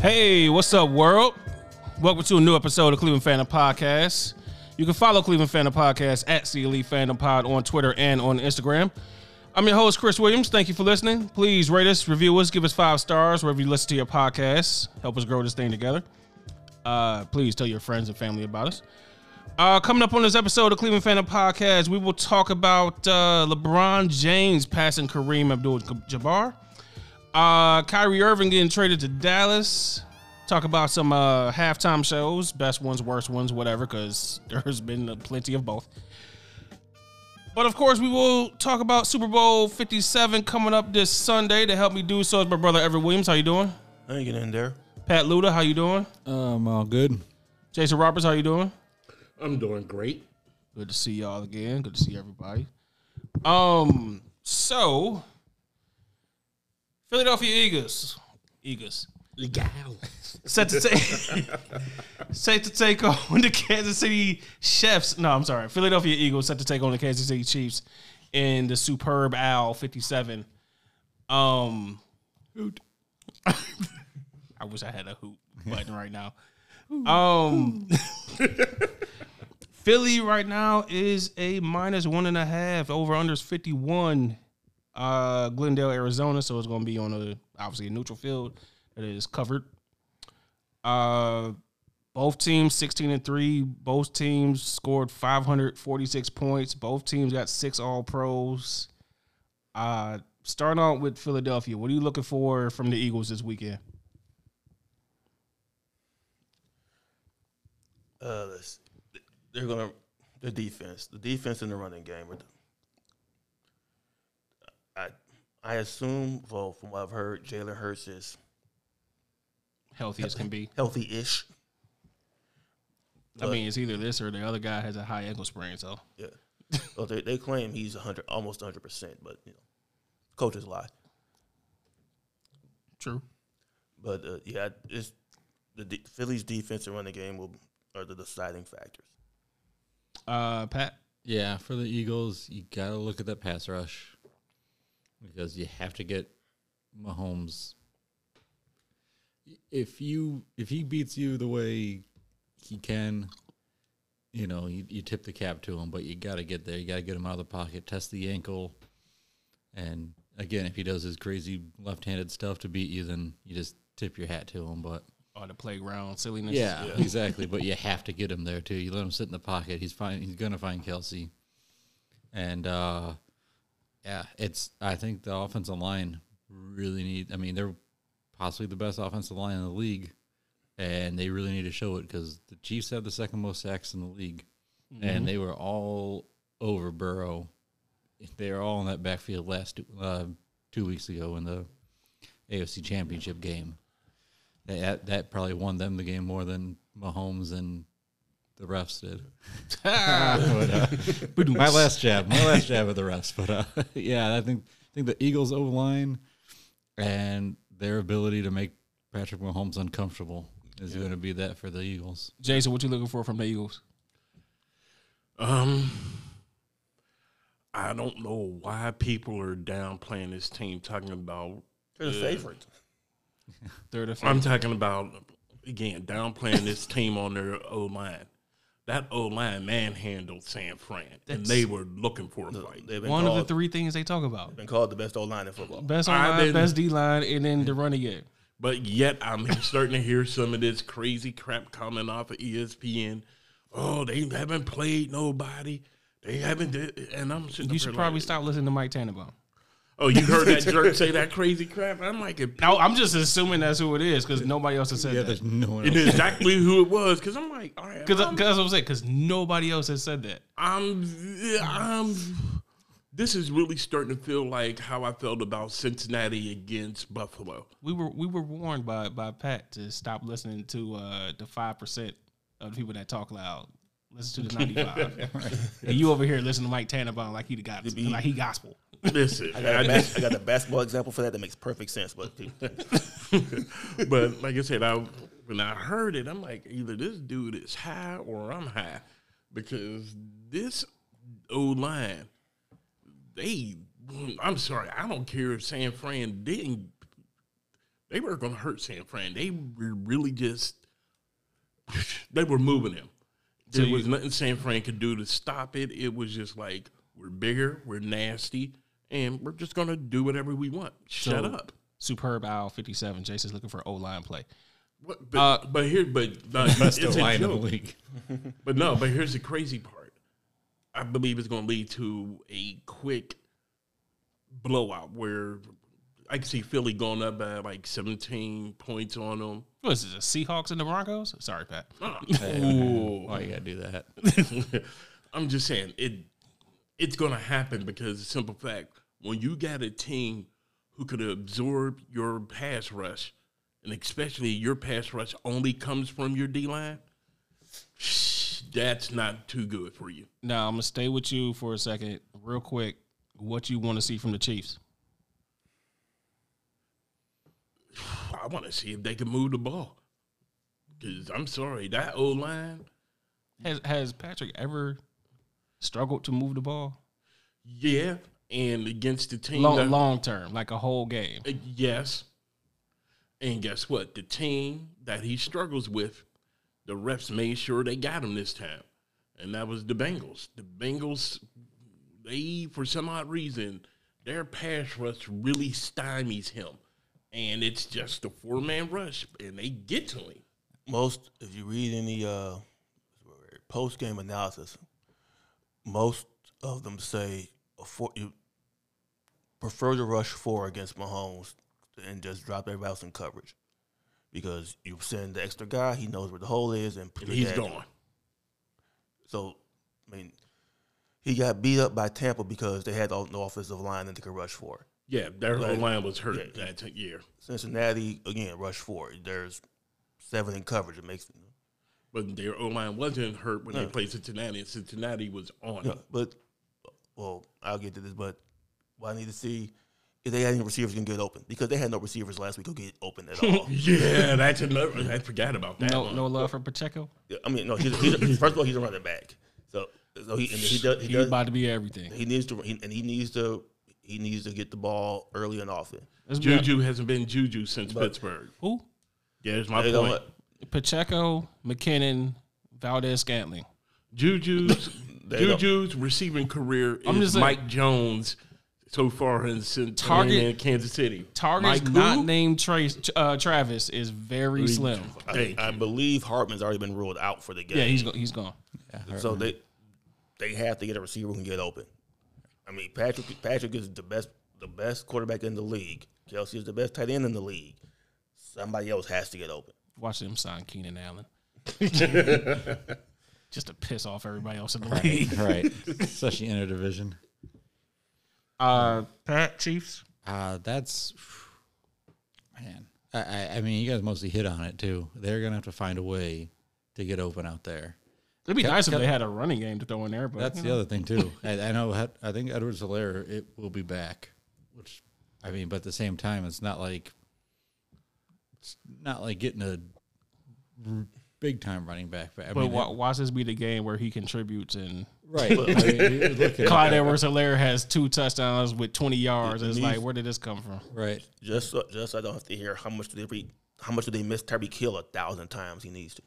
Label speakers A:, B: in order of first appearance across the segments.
A: Hey, what's up, world? Welcome to a new episode of Cleveland Fandom Podcast. You can follow Cleveland Fandom Podcast at CLE Fandom Pod on Twitter and on Instagram. I'm your host, Chris Williams. Thank you for listening. Please rate us, review us, give us five stars wherever you listen to your podcasts. Help us grow this thing together. Uh, please tell your friends and family about us. Uh, coming up on this episode of Cleveland Fandom Podcast, we will talk about uh, LeBron James passing Kareem Abdul Jabbar. Uh, Kyrie Irving getting traded to Dallas. Talk about some uh, halftime shows, best ones, worst ones, whatever, because there's been plenty of both. But of course, we will talk about Super Bowl 57 coming up this Sunday. To help me do so is my brother Everett Williams. How you doing?
B: Hanging in there.
A: Pat Luda, how you doing?
C: Um, all good.
A: Jason Roberts, how you doing?
D: I'm doing great.
A: Good to see y'all again. Good to see everybody. Um, so Philadelphia Eagles, Eagles, set to take set to take on the Kansas City Chiefs. No, I'm sorry, Philadelphia Eagles set to take on the Kansas City Chiefs in the superb Owl 57. Um, hoot. I wish I had a hoot button right now. Um, Philly right now is a minus one and a half. Over under is 51 uh, Glendale, Arizona. So it's going to be on a obviously a neutral field that is covered. Uh, both teams sixteen and three. Both teams scored five hundred forty six points. Both teams got six All Pros. Uh, starting out with Philadelphia, what are you looking for from the Eagles this weekend?
B: Uh, let's- they're gonna the defense, the defense in the running game. are the- I I assume, well, from what I've heard, Jalen Hurts is
A: Healthy as can be.
B: healthy-ish.
A: I mean, it's either this or the other guy has a high ankle sprain. So
B: Yeah. well, they, they claim he's 100, almost 100, percent but you know, coaches lie.
A: true.
B: But uh, yeah, it's the de- Phillies' defense and running game will are the deciding factors.
A: Uh, Pat.
C: Yeah, for the Eagles, you gotta look at that pass rush because you have to get Mahomes. If you if he beats you the way he can, you know you, you tip the cap to him, but you gotta get there. You gotta get him out of the pocket, test the ankle, and again, if he does his crazy left-handed stuff to beat you, then you just tip your hat to him. But
A: On the playground silliness.
C: Yeah, exactly. But you have to get him there too. You let him sit in the pocket. He's fine. He's gonna find Kelsey. And uh, yeah, it's. I think the offensive line really need. I mean, they're possibly the best offensive line in the league, and they really need to show it because the Chiefs have the second most sacks in the league, and they were all over Burrow. They were all in that backfield last uh, two weeks ago in the AFC Championship game that- that that probably won them the game more than Mahomes and the refs did. But, uh, my last jab, my last jab at the refs. But uh, yeah, I think I think the Eagles' O line and their ability to make Patrick Mahomes uncomfortable is going to be that for the Eagles.
A: Jason, what you looking for from the Eagles?
D: Um, I don't know why people are downplaying this team. Talking about,
B: They're the favorites.
A: Third or
D: I'm talking about again downplaying this team on their O line. That O line manhandled San Fran, and they were looking for a fight.
B: They've been
A: One of
B: called,
A: the three things they talk about.
B: been called the best O line in football.
A: Best
D: I
A: line,
D: didn't-
A: best D line, and then the running game.
D: But yet, I'm starting to hear some of this crazy crap coming off of E ESPN. Oh, they haven't played nobody. They haven't did, and I'm sitting
A: You
D: up
A: should
D: here
A: probably
D: like,
A: stop listening to Mike Tannenbaum.
D: Oh, you heard that jerk say that crazy crap? I'm like, it
A: No, I'm just assuming that's who it is because nobody else has said
C: Yeah,
A: that.
C: there's no one.
D: It
C: Else.
D: is exactly who it was because I'm like, all right,
A: Because
D: I'm,
A: that's what I'm saying. Because nobody else has said that.
D: I'm, I'm this is really starting to feel like how I felt about Cincinnati against Buffalo.
A: We were we were warned by by Pat to stop listening to uh, the five percent of the people that talk loud. Listen to the ninety five. And you over here listening to Mike Tannenbaum like he the got like he gospel.
D: Listen,
B: I got,
D: I
B: a
D: just-
B: bas- I got the basketball example for that that makes perfect sense, but
D: but like I said, I when I heard it, I'm like, either this dude is high or I'm high, because this old line, they, I'm sorry, I don't care if San Fran didn't, they were going to hurt San Fran. They were really just, they were moving him. There was nothing San Fran could do to stop it. It was just like we're bigger, we're nasty, and we're just going to do whatever we want. Shut
A: So-
D: up.
A: Superb owl fifty seven. Jason's looking for O line play.
D: What, but,
A: Uh,
D: but here, but no, it's
C: Still
D: a
C: lying in the
D: joke.
C: league.
D: But no, but here's the crazy part. I believe it's going to lead to a quick blowout where I can see Philly going up by like 17 points on them.
A: What is this? The Seahawks and the Broncos? Sorry, Pat.
D: Ooh.
C: Why you gotta do that?
D: I'm just saying it. It's gonna happen because the simple fact when you got a team who could absorb your pass rush, and especially your pass rush only comes from your D line. That's not too good for you.
A: Now I'm gonna stay with you for a second, real quick. What you want to see from the Chiefs?
D: I want to see if they can move the ball. Cause I'm sorry, that O line.
A: Has Has Patrick ever struggled to move the ball
D: Yeah, and against the team
A: long
D: that-
A: long term, like a whole game?
D: Uh, Yes. And guess what? The team that he struggles with, the refs made sure they got him this time. And that was the Bengals. The Bengals, they, for some odd reason, their pass rush really stymies him. And it's just a four man rush, and they get to him.
B: most if you read any uh, post game analysis, most of them say a four, you prefer to rush four against Mahomes and just drop everybody else in coverage because you send the extra guy, he knows where the hole is, and
D: And he's
B: that-
D: gone.
B: So, I mean, he got beat up by Tampa because they had all- no offensive line that they could rush for.
D: Yeah, their whole
B: Right.
D: line was hurt that t- year.
B: Cincinnati again, rush four. There's seven in coverage. It makes
D: But their O line wasn't hurt when they
B: No.
D: played Cincinnati, and Cincinnati was on
B: Yeah,
D: it.
B: but well, I'll get to this, but what I need to see if they had any receivers who can get open because they had no receivers last week who get open at all.
D: Yeah, that's another. I forgot about that.
A: No
D: one.
A: no love for Pacheco.
B: Yeah, I mean, no, he's, he's first of all, he's a running back, so so he and he does he
A: He's
B: does
A: about to be everything.
B: he needs to he, and he needs to he needs to get the ball early and often.
A: Let's be honest.
D: Juju hasn't been Juju since Pittsburgh.
A: Who?
D: Yeah, that's my
B: You know
D: point.
B: what?
A: Pacheco, McKinnon, Valdez, Scantling.
D: Juju's
B: They don't-
D: Juju's receiving career
A: I'm
D: is
A: just saying-
D: Mike Jones so far in, Cin-
A: Target-
D: in Kansas City.
A: Targets
D: Mike
A: not
D: who?
A: named Trace uh, Travis is very slim.
D: Thank
B: I believe Hartman's already been ruled out for the game.
A: Yeah, he's go- he's gone.
B: so they they have to get a receiver who can get open. I mean, Patrick Patrick is the best the best quarterback in the league. Kelsey is the best tight end in the league. Somebody else has to get open.
A: Watch them sign Keenan Allen. Just to piss off everybody else in the league.
C: right, especially in a division.
A: Uh, Pat Chiefs.
C: Uh, that's man. I, I, I mean, you guys mostly hit on it too. They're gonna have to find a way to get open out there.
A: It'd be
C: Kel-
A: nice if
C: Kel-
A: they had a running game to throw in there, but
C: That's the other thing too. I, I know. Hed- I think Edwards Hilaire it will be back, which I mean, but at the same time, it's not like it's not like getting a big time running back. But I
A: but
C: mean,
A: wa- watch this be the game where he contributes and
C: right? I mean, you look at-
A: Clyde Edwards Hilaire has two touchdowns with 20 yards. It's
B: He's-
A: like, where did this come from?
C: right.
B: Just so, just so I don't have to hear how much do they re, how much do they miss Tyreek Hill a thousand times he needs to.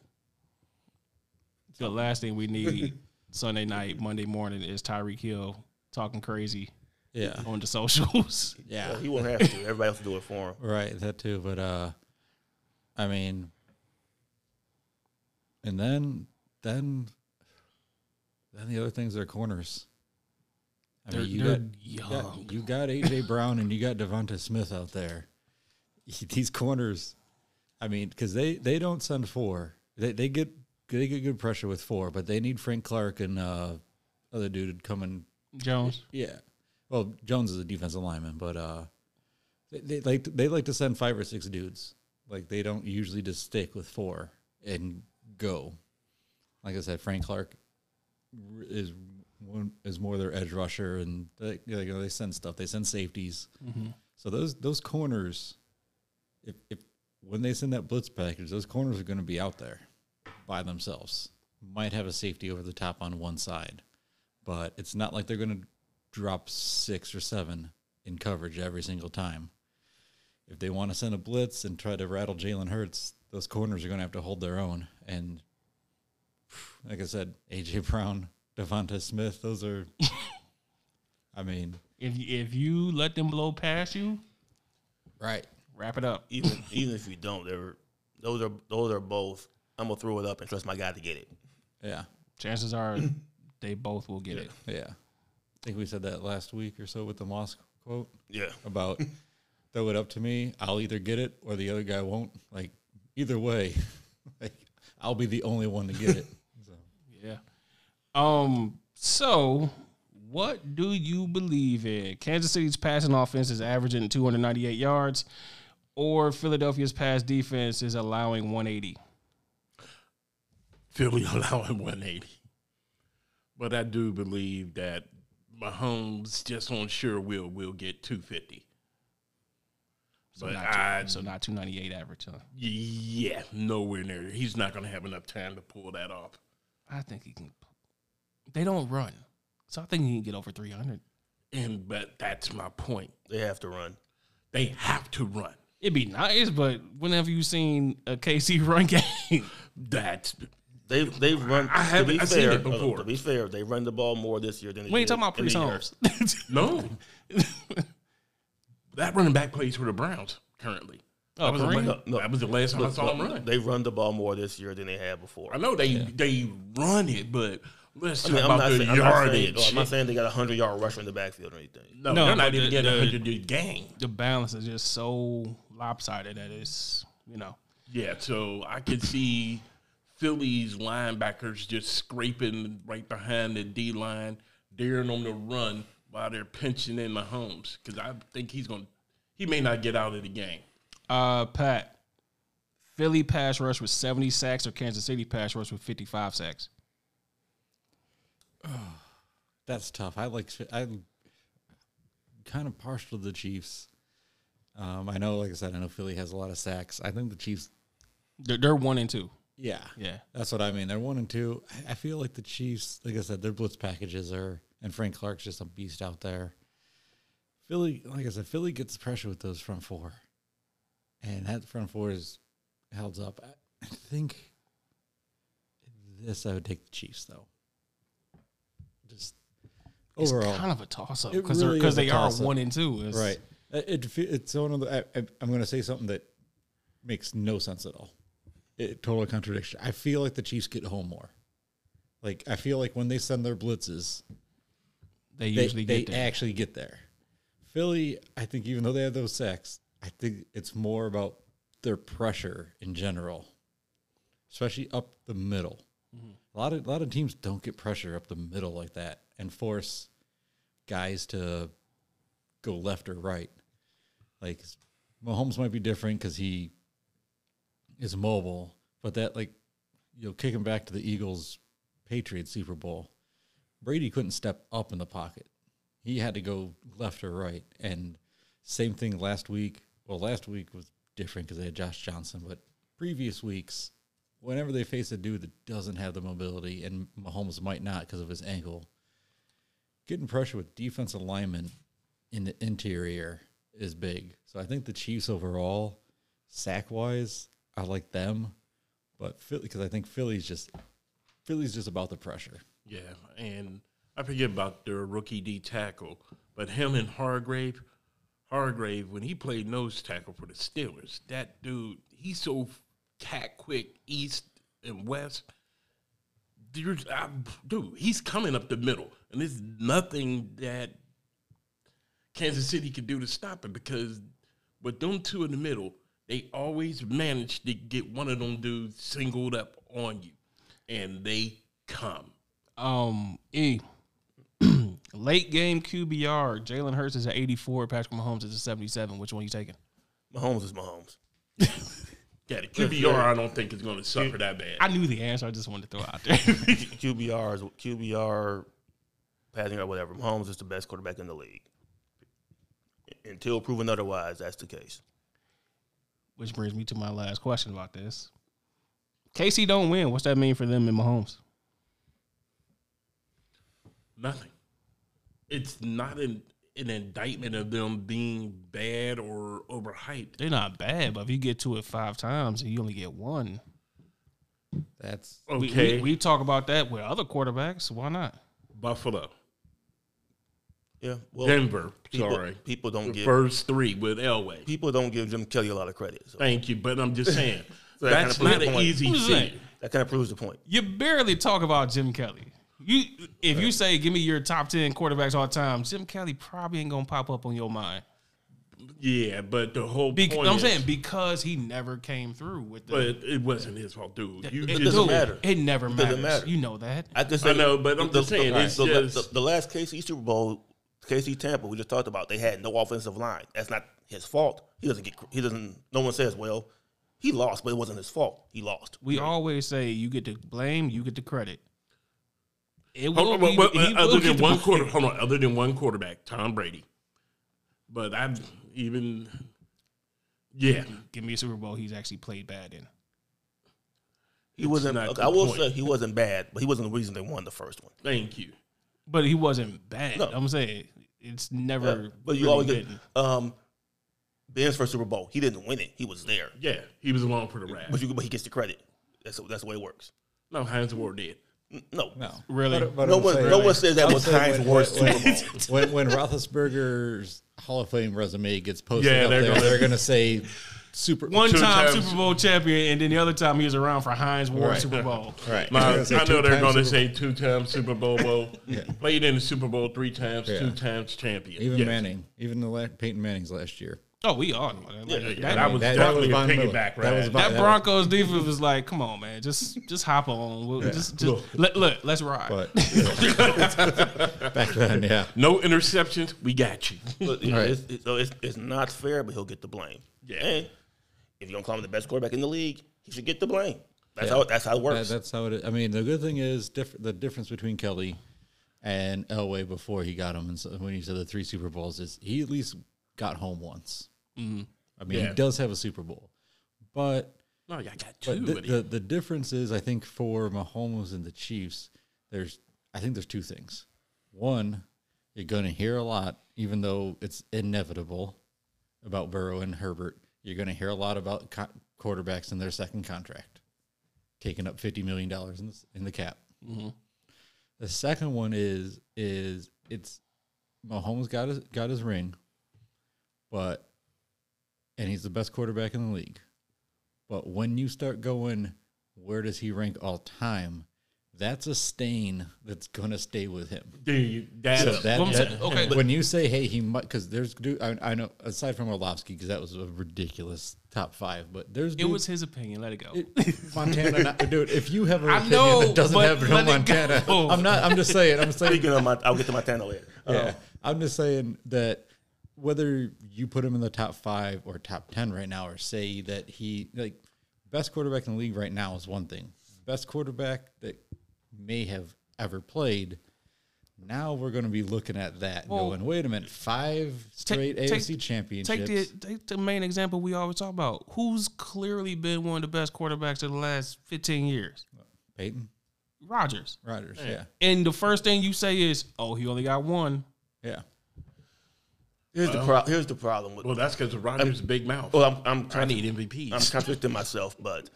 A: The last thing we need Sunday night, Monday morning is Tyreek Hill talking crazy
C: Yeah.
A: on the socials.
C: Yeah.
B: Well, he won't have to. Everybody else will do it for him.
C: Right, that too. But uh I mean and then then then the other things are corners. I
A: They're-
C: mean you
A: they're
C: got, you got you got AJ Brown and you got Devonta Smith out there. These corners I mean, because they, they don't send four. They they get they get good pressure with four, but they need Frank Clark and uh other dude coming
A: Jones.
C: yeah. Well, Jones is a defensive lineman, but uh, they, they like they like to send five or six dudes. Like they don't usually just stick with four and go. Like I said, Frank Clark r- is one is more their edge rusher, and they, you know, they send stuff. They send safeties. So those those corners, if, if when they send that blitz package, those corners are going to be out there by themselves. Might have a safety over the top on one side, but it's not like they're going to drop six or seven in coverage every single time. If they want to send a blitz and try to rattle Jalen Hurts, those corners are going to have to hold their own. And like I said, AJ Brown, Devonta Smith, those are, I mean,
A: If if you let them blow past you,
C: right.
A: wrap it up.
B: Even even if you don't, they're those are those are both. I'm gonna throw it up and trust my guy to get it.
C: Yeah.
A: Chances are they both will get it.
C: Yeah. I think we said that last week or so with the Moss quote
B: Yeah,
C: about throw it up to me. I'll either get it or the other guy won't. Like, either way, like, I'll be the only one to get it. So,
A: Yeah. Um. So, what do you believe in? Kansas City's passing offense is averaging 298 yards, or Philadelphia's pass defense is allowing 180.
D: Philly allowing 180. But I do believe that Mahomes just on sure will will get 250.
A: So
D: But
A: not
D: I-
A: so not 298 average. Huh?
D: Yeah, nowhere near. He's not going to have enough time to pull that off.
A: I think he can. They don't run, so I think he can get over 300.
D: And but that's my point.
B: they have to run.
D: They have to run.
A: It'd be nice, but when have you seen a KC run game?
D: That's
B: They they run.
D: I
B: to be
D: haven't- I've seen
B: fair,
D: it before.
B: hold on, To be fair, they run the ball more this year than they
A: we ain't
B: did
A: talking about
B: any
A: Priest
B: year.
A: Holmes.
D: no. that running back plays for the Browns currently.
A: Oh,
D: that, was the
A: Kareem?
D: la-
B: No, no.
D: that was the last time I saw him run.
B: They run the ball more this year than they had before.
D: I know they they run it, but let's
B: I
D: talk
B: mean, I'm,
D: about
B: not
D: the
B: saying, I'm, not saying,
D: yardage.
B: I'm not saying they got a hundred yard rusher in the backfield or anything.
D: no,
A: No,
D: they're
A: but
D: not even
A: the-
D: getting a
A: the-
D: hundred yard game.
A: the balance is just so lopsided that it's you know
D: Yeah, so I could see Philly's linebackers just scraping right behind the D line, daring on the run while they're pinching in Mahomes because I think he's going. to He may not get out of the game.
A: Uh, Pat, Philly pass rush with 70 sacks or Kansas City pass rush with 55 sacks?
C: that's tough. I like, I'm kind of partial to the Chiefs. Um, I know, like I said, I know Philly has a lot of sacks. I think the Chiefs,
A: They're, they're one and two.
C: yeah,
A: Yeah.
C: That's what I mean. They're one and two. I- I feel like the Chiefs, like I said, their blitz packages are, and Frank Clark's just a beast out there. Philly, like I said, Philly gets pressure with those front four, and that front four is held up. I- I think this I would take the Chiefs though. Just overall,
A: It's kind of a toss up
C: It
A: because
C: really is a
A: they are
C: toss-up.
A: one and two. It's-
C: Right. Uh, It, fe- it's one of the. I, I, I'm going to say something that makes no sense at all. It total contradiction. I feel like the Chiefs get home more. Like I feel like when they send their blitzes,
A: They
C: they,
A: usually
C: they
A: get there.
C: actually get there. Philly, I think, even though they have those sacks, I think it's more about their pressure in general, especially up the middle. A lot of a lot of teams don't get pressure up the middle like that and force guys to go left or right. Like Mahomes might be different because he is mobile, but that like you know, kicking back to the Eagles Patriots Super Bowl, Brady couldn't step up in the pocket. He had to go left or right. And same thing last week. Well, last week was different because they had Josh Johnson, but previous weeks, whenever they face a dude that doesn't have the mobility, and Mahomes might not because of his ankle, getting pressure with defensive linemen in the interior is big. So I think the Chiefs overall, sack wise, I like them, but Philly because I think Philly's just Philly's just about the pressure.
D: Yeah, and I forget about their rookie D tackle, but him and Hargrave, Hargrave when he played nose tackle for the Steelers, that dude he's so cat quick east and west. Dude, I, dude, he's coming up the middle, and there's nothing that Kansas City can do to stop it because with them two in the middle, they always manage to get one of them dudes singled up on you, and they come.
A: Um, E, Late game QBR. Jalen Hurts is at 84. Patrick Mahomes is at 77. Which one you taking?
B: Mahomes is Mahomes.
D: Yeah, the QBR I don't think is going to suffer that bad.
A: I knew the answer. I just wanted to throw it out there.
B: QBR is QBR, passing or whatever. Mahomes is the best quarterback in the league. Until proven otherwise, that's the case.
A: Which brings me to my last question about this. KC don't win. What's that mean for them and Mahomes?
D: Nothing. It's not an, an indictment of them being bad or overhyped.
A: They're not bad, but if you get to it five times and you only get one,
C: That's
A: we-
D: Okay,
A: we, we talk about that with other quarterbacks. Why not?
D: Buffalo,
B: Yeah. Well,
D: Denver.
B: people,
D: sorry,
B: people don't
D: the
B: give
D: first three with Elway.
B: people don't give Jim Kelly a lot of credit. So
D: Thank you, but I'm just saying
B: that kinda
D: that's
B: proves
D: not
B: the
D: an
B: point.
D: easy
A: I'm just saying.
D: feat.
B: that kind of proves the point.
A: You barely talk about Jim Kelly. You, if you say, "Give me your top ten quarterbacks all time," Jim Kelly probably ain't gonna pop up on your mind.
D: Yeah, but the whole
A: Be-
D: point
A: I'm
D: is-
A: saying because he never came through with the.
D: but it wasn't his fault, dude. You
B: It
D: just-
B: doesn't
A: Dude,
B: matter.
A: It never matters.
B: doesn't matter.
A: You know that.
B: I just
D: I
B: think
D: know, but I'm
B: the,
D: just saying,
B: the,
D: it's
B: the,
D: just-
B: the- the last KC Super Bowl, KC Tampa, we just talked about. They had no offensive line. That's not his fault. He doesn't get. He doesn't. No one says, "Well, he lost," but it wasn't his fault. He lost.
A: We always say you get to blame, you get the credit. It
D: Hold
A: will
D: on, uh,
A: be-
D: well,
A: he
D: well,
A: will
D: other
A: get
D: than
A: the
D: one
A: blame.
D: quarter, hold on, other than one quarterback, Tom Brady. But I've even, yeah,
A: Give me a Super Bowl. He's actually played bad in.
B: He wasn't.
D: not
B: okay,
D: the
B: I will
D: point.
B: say he wasn't bad, but he wasn't the reason they won the first one.
D: thank you.
A: But he wasn't bad.
B: No.
A: I'm saying it's
B: Yeah,
A: never.
B: but you
A: really
B: always get
A: been.
B: um, Ben's first Super Bowl. He didn't win it. He was there,
D: Yeah, he was along for the ride.
B: but you but he gets the credit. That's that's the way it works.
D: No, Heinz Ward did.
B: N- No,
C: no.
A: really.
B: no one no one says that was Heinz worst Super Bowl.
C: when, when Roethlisberger's Hall of Fame resume gets posted
D: Yeah,
C: up
D: they're
C: there,
D: gonna-
C: they're going to say super.
A: One
D: Two
A: time
D: times.
A: Super Bowl champion, and then the other time he was around for Heinz Ward
C: Right.
A: Super Bowl.
C: right.
D: Now,
C: They're gonna say
D: I know
C: two times
D: they're going to
C: Super Bowl.
D: say two times Super Bowl, bowl played in the Super Bowl three times,
C: Yeah.
D: two times champion.
C: Even
D: Yes.
C: Manning, even the la- Peyton Manning's last year.
A: Oh, we all know that. Like,
D: Yeah, yeah,
A: that,
D: that was definitely
C: Von
D: a
C: Miller.
D: piggyback
C: That was
D: ride.
C: Von-
A: that Broncos defense was like, "Come on, man, just just hop on. We'll, Just, just let, look, let's ride."
C: But back then, yeah.
D: No interceptions, we got you.
B: But, you know,
C: Right.
B: it's, it's, so it's, it's not fair, but he'll get the blame.
D: Yeah.
B: And if you don't call him the best quarterback in the league, he should get the blame. That's how that's how it
C: That,
B: works.
C: that's how it is. I mean, the good thing is diff- the difference between Kelly and Elway before he got him, and so when he said the three Super Bowls, is he at least got home once. I mean,
D: Mm-hmm. Yeah.
C: he does have a Super Bowl, but
D: No, I got two.
C: but the, the
D: of
C: the difference is, I think, for Mahomes and the Chiefs, there's I think there's two things. One, you're going to hear a lot, even though it's inevitable, about Burrow and Herbert. You're going to hear a lot about co- quarterbacks and their second contract, taking up fifty million dollars in the, in the cap. The second one is is it's Mahomes got his got his ring, but and he's the best quarterback in the league. But when you start going, where does he rank all time? That's a stain that's gonna stay with him.
D: Dude, that,
C: So that-
A: Well, I'm
C: that-
A: saying- okay, but-
C: when you say, "Hey, he might," because there's dude, I, I know aside from Orlovsky, because that was a ridiculous top five, but there's
A: It
C: dudes-
A: was his opinion. Let it go.
C: it- Montana, not, dude. If you have an
A: I
C: opinion
A: know,
C: that doesn't
A: but
C: have no
A: let it
C: Montana,
A: go.
C: I'm not. I'm just saying. I'm saying.
B: Speaking of my, I'll get to Montana later.
A: Oh.
B: Uh,
C: Yeah, I'm just saying that whether you put him in the top five or top ten right now, or say that he like best quarterback in the league right now is one thing. Best quarterback that may have ever played. Now we're going to be looking at that and
A: Well,
C: going, wait a minute, five straight
A: take-
C: AFC
A: take-
C: championships.
A: Take the take the main example we always talk about. Who's clearly been one of the best quarterbacks of the last 15 years?
C: Peyton
A: Rodgers.
C: Rodgers, yeah,
A: And the first thing you say is, "Oh, he only got one."
C: yeah.
B: here's the pro- here's the problem with.
D: well, that's because of Rodgers' big mouth.
C: Oh.
B: Well, I'm I'm
D: I
B: trying
D: need MVPs.
B: I'm contradicting myself, but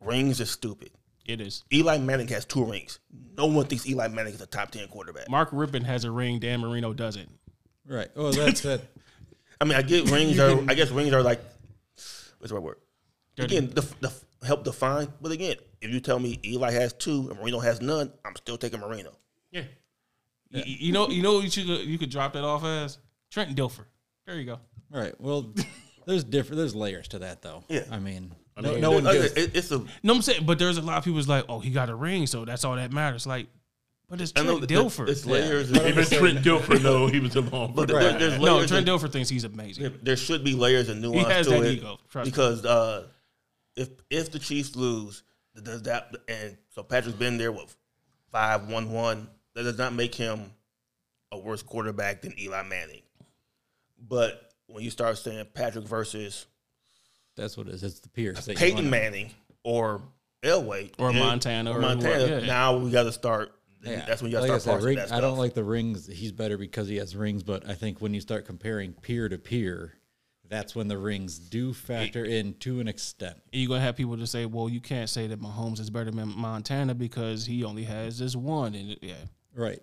B: rings are stupid.
A: It is.
B: Eli Manning has two rings. No one thinks Eli Manning is a top ten quarterback.
A: Mark Rippon has a ring. Dan Marino doesn't.
C: Right. Oh, that's that.
B: I mean, I get rings are. I guess rings are like. What's the right word?
A: They're
B: Again, the, the help define. But again, if you tell me Eli has two and Marino has none, I'm still taking Marino.
D: yeah.
A: Y- y- You know, you know, what you could, you could drop that off as Trent Dilfer. There you go.
C: All right. Well, there's different. There's layers to that, though.
B: Yeah.
C: I mean, no, no one
B: Like,
C: gives.
B: it- it's a
A: No, I'm saying, but there's a lot of people who's like, oh, he got a ring, so that's all that matters. Like, But it's
B: I know
A: Trent
B: that- that
A: Dilfer.
B: It's layers. and-
D: Even Trent Dilfer, though, he was involved.
B: But
D: But
B: there-
E: Right.
B: there's
A: no,
B: layers
A: Trent
B: and-
A: Dilfer thinks he's amazing.
B: there should be layers and nuance
A: has
B: to
A: that
B: it
A: ego, trust me.
B: because uh, if if the Chiefs lose, does that and so Patrick's been there with five one one that does not make him a worse quarterback than Eli Manning, but when you start saying Patrick versus
C: That's what it is. It's the Pierce. that you
B: Peyton
C: wanna-
B: Manning or Elway
A: Or
B: then-
A: Montana or
B: Montana,
A: whoever, yeah.
B: now we got to start. That's when you got to
C: Like I
B: start
C: said,
B: parsing
C: ring-
B: that
C: I don't
B: stuff.
C: like the rings. He's better because he has rings, but I think when you start comparing peer to peer, that's when the rings do factor in to an extent.
A: And you're gonna have people to say, "Well, you can't say that Mahomes is better than Montana because he only has this one." And yeah,
C: Right.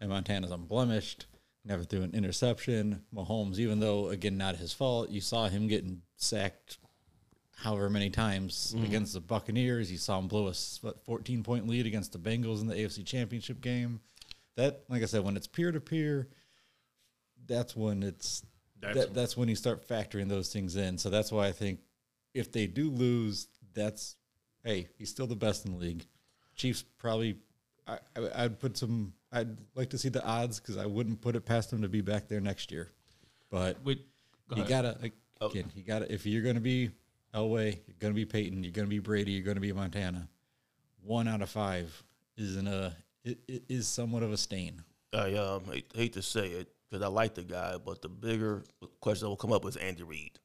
C: And Montana's unblemished, never threw an interception. Mahomes, even though, again, not his fault, you saw him getting sacked however many times against the Buccaneers. You saw him blow a s- what, 14 point lead against the Bengals in the AFC Championship game. That, like I said, when it's peer to peer, that's when it's.
D: That's-
C: that, that's when you start factoring those things in. So that's why I think if they do lose, that's hey, he's still the best in the league. Chiefs probably. I, I, I'd put some. I'd like to see the odds because I wouldn't put it past them to be back there next year. But
A: Wait, go
C: you
A: ahead.
C: gotta again. You gotta if you're gonna be Elway, you're gonna be Peyton, you're gonna be Brady, you're gonna be Montana. One out of five isn't a it, it is somewhat of a stain.
B: I um, hate, hate to say it because I like the guy, but the bigger question that will come up is Andy Reid.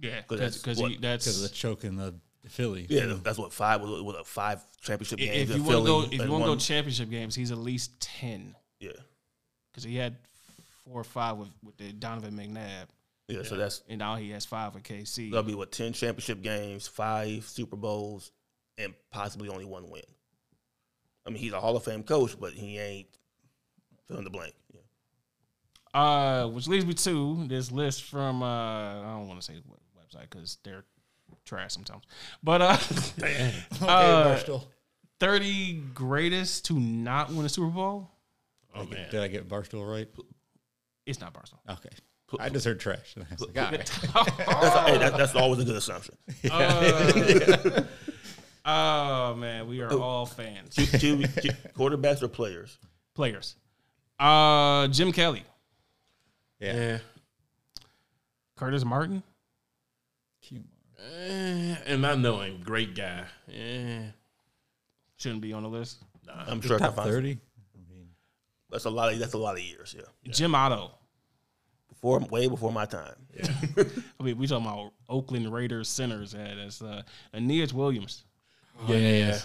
A: yeah,
B: 'Cause that's
A: because
B: what-
C: because of
A: that's
C: the choke in the Philly.
B: Yeah, that's what five was, was a five championship
A: i-
B: games.
A: if
B: in
A: you want to
B: Philly
A: go if you
B: and
A: want to go
B: one-
A: championship games, he's at least ten
B: yeah,
A: because he had four or five with with the Donovan McNabb,
B: yeah. So that's
A: and now he has five with KC.
B: that'll be what ten championship games, five Super Bowls, and possibly only one win. I mean, he's a Hall of Fame coach, but he ain't fill in the blank. Yeah.
A: Uh, which leads me to this list from uh, I don't want to say what website because they're trash sometimes, but uh, uh, thirty greatest to not win a Super Bowl.
D: oh, man.
C: Did I get Barstool right?
A: It's not Barstool.
C: Okay. I just heard trash. And I was like, "Ah, all right.
B: That's, hey, that, that's always a good assumption.
A: Oh man, we are all fans.
B: Q- Q- Q- quarterbacks or players?
A: Players. Uh, Jim Kelly,
D: Yeah.
A: Curtis Martin.
D: Eh, and I know him. Great guy. Eh. Yeah.
A: Shouldn't be on the list.
B: I'm sure I can
C: Top
B: find-
C: 30.
B: That's a lot. Of, that's a lot of years. Yeah,
A: Jim Otto.
B: before way before my time.
A: I mean, we talking about Oakland Raiders centers. Yeah, that's uh, Aeneas Williams.
C: yeah, yeah.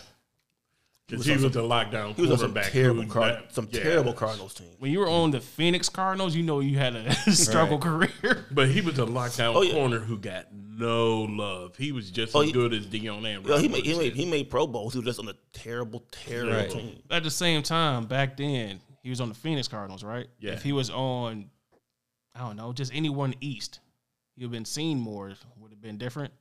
D: Because he was, the lockdown
B: He was on some
D: quarterback.
B: terrible,
D: who-
B: Car-
D: that-
B: some
D: yeah.
B: terrible Cardinals team.
A: When you were on the Phoenix Cardinals, you know you had a struggle career.
D: But he was a lockdown
B: Oh, yeah.
D: corner who got no love. He was just
B: Oh,
D: as
B: yeah.
D: good as Dion Amber.
B: Yo, he made, he made he made Pro Bowls. He was just on a terrible, terrible
C: Right.
B: team.
A: At the same time, back then he was on the Phoenix Cardinals, right?
D: Yeah.
A: If he was on, I don't know, just anyone East, you've been seen more. Would have been different.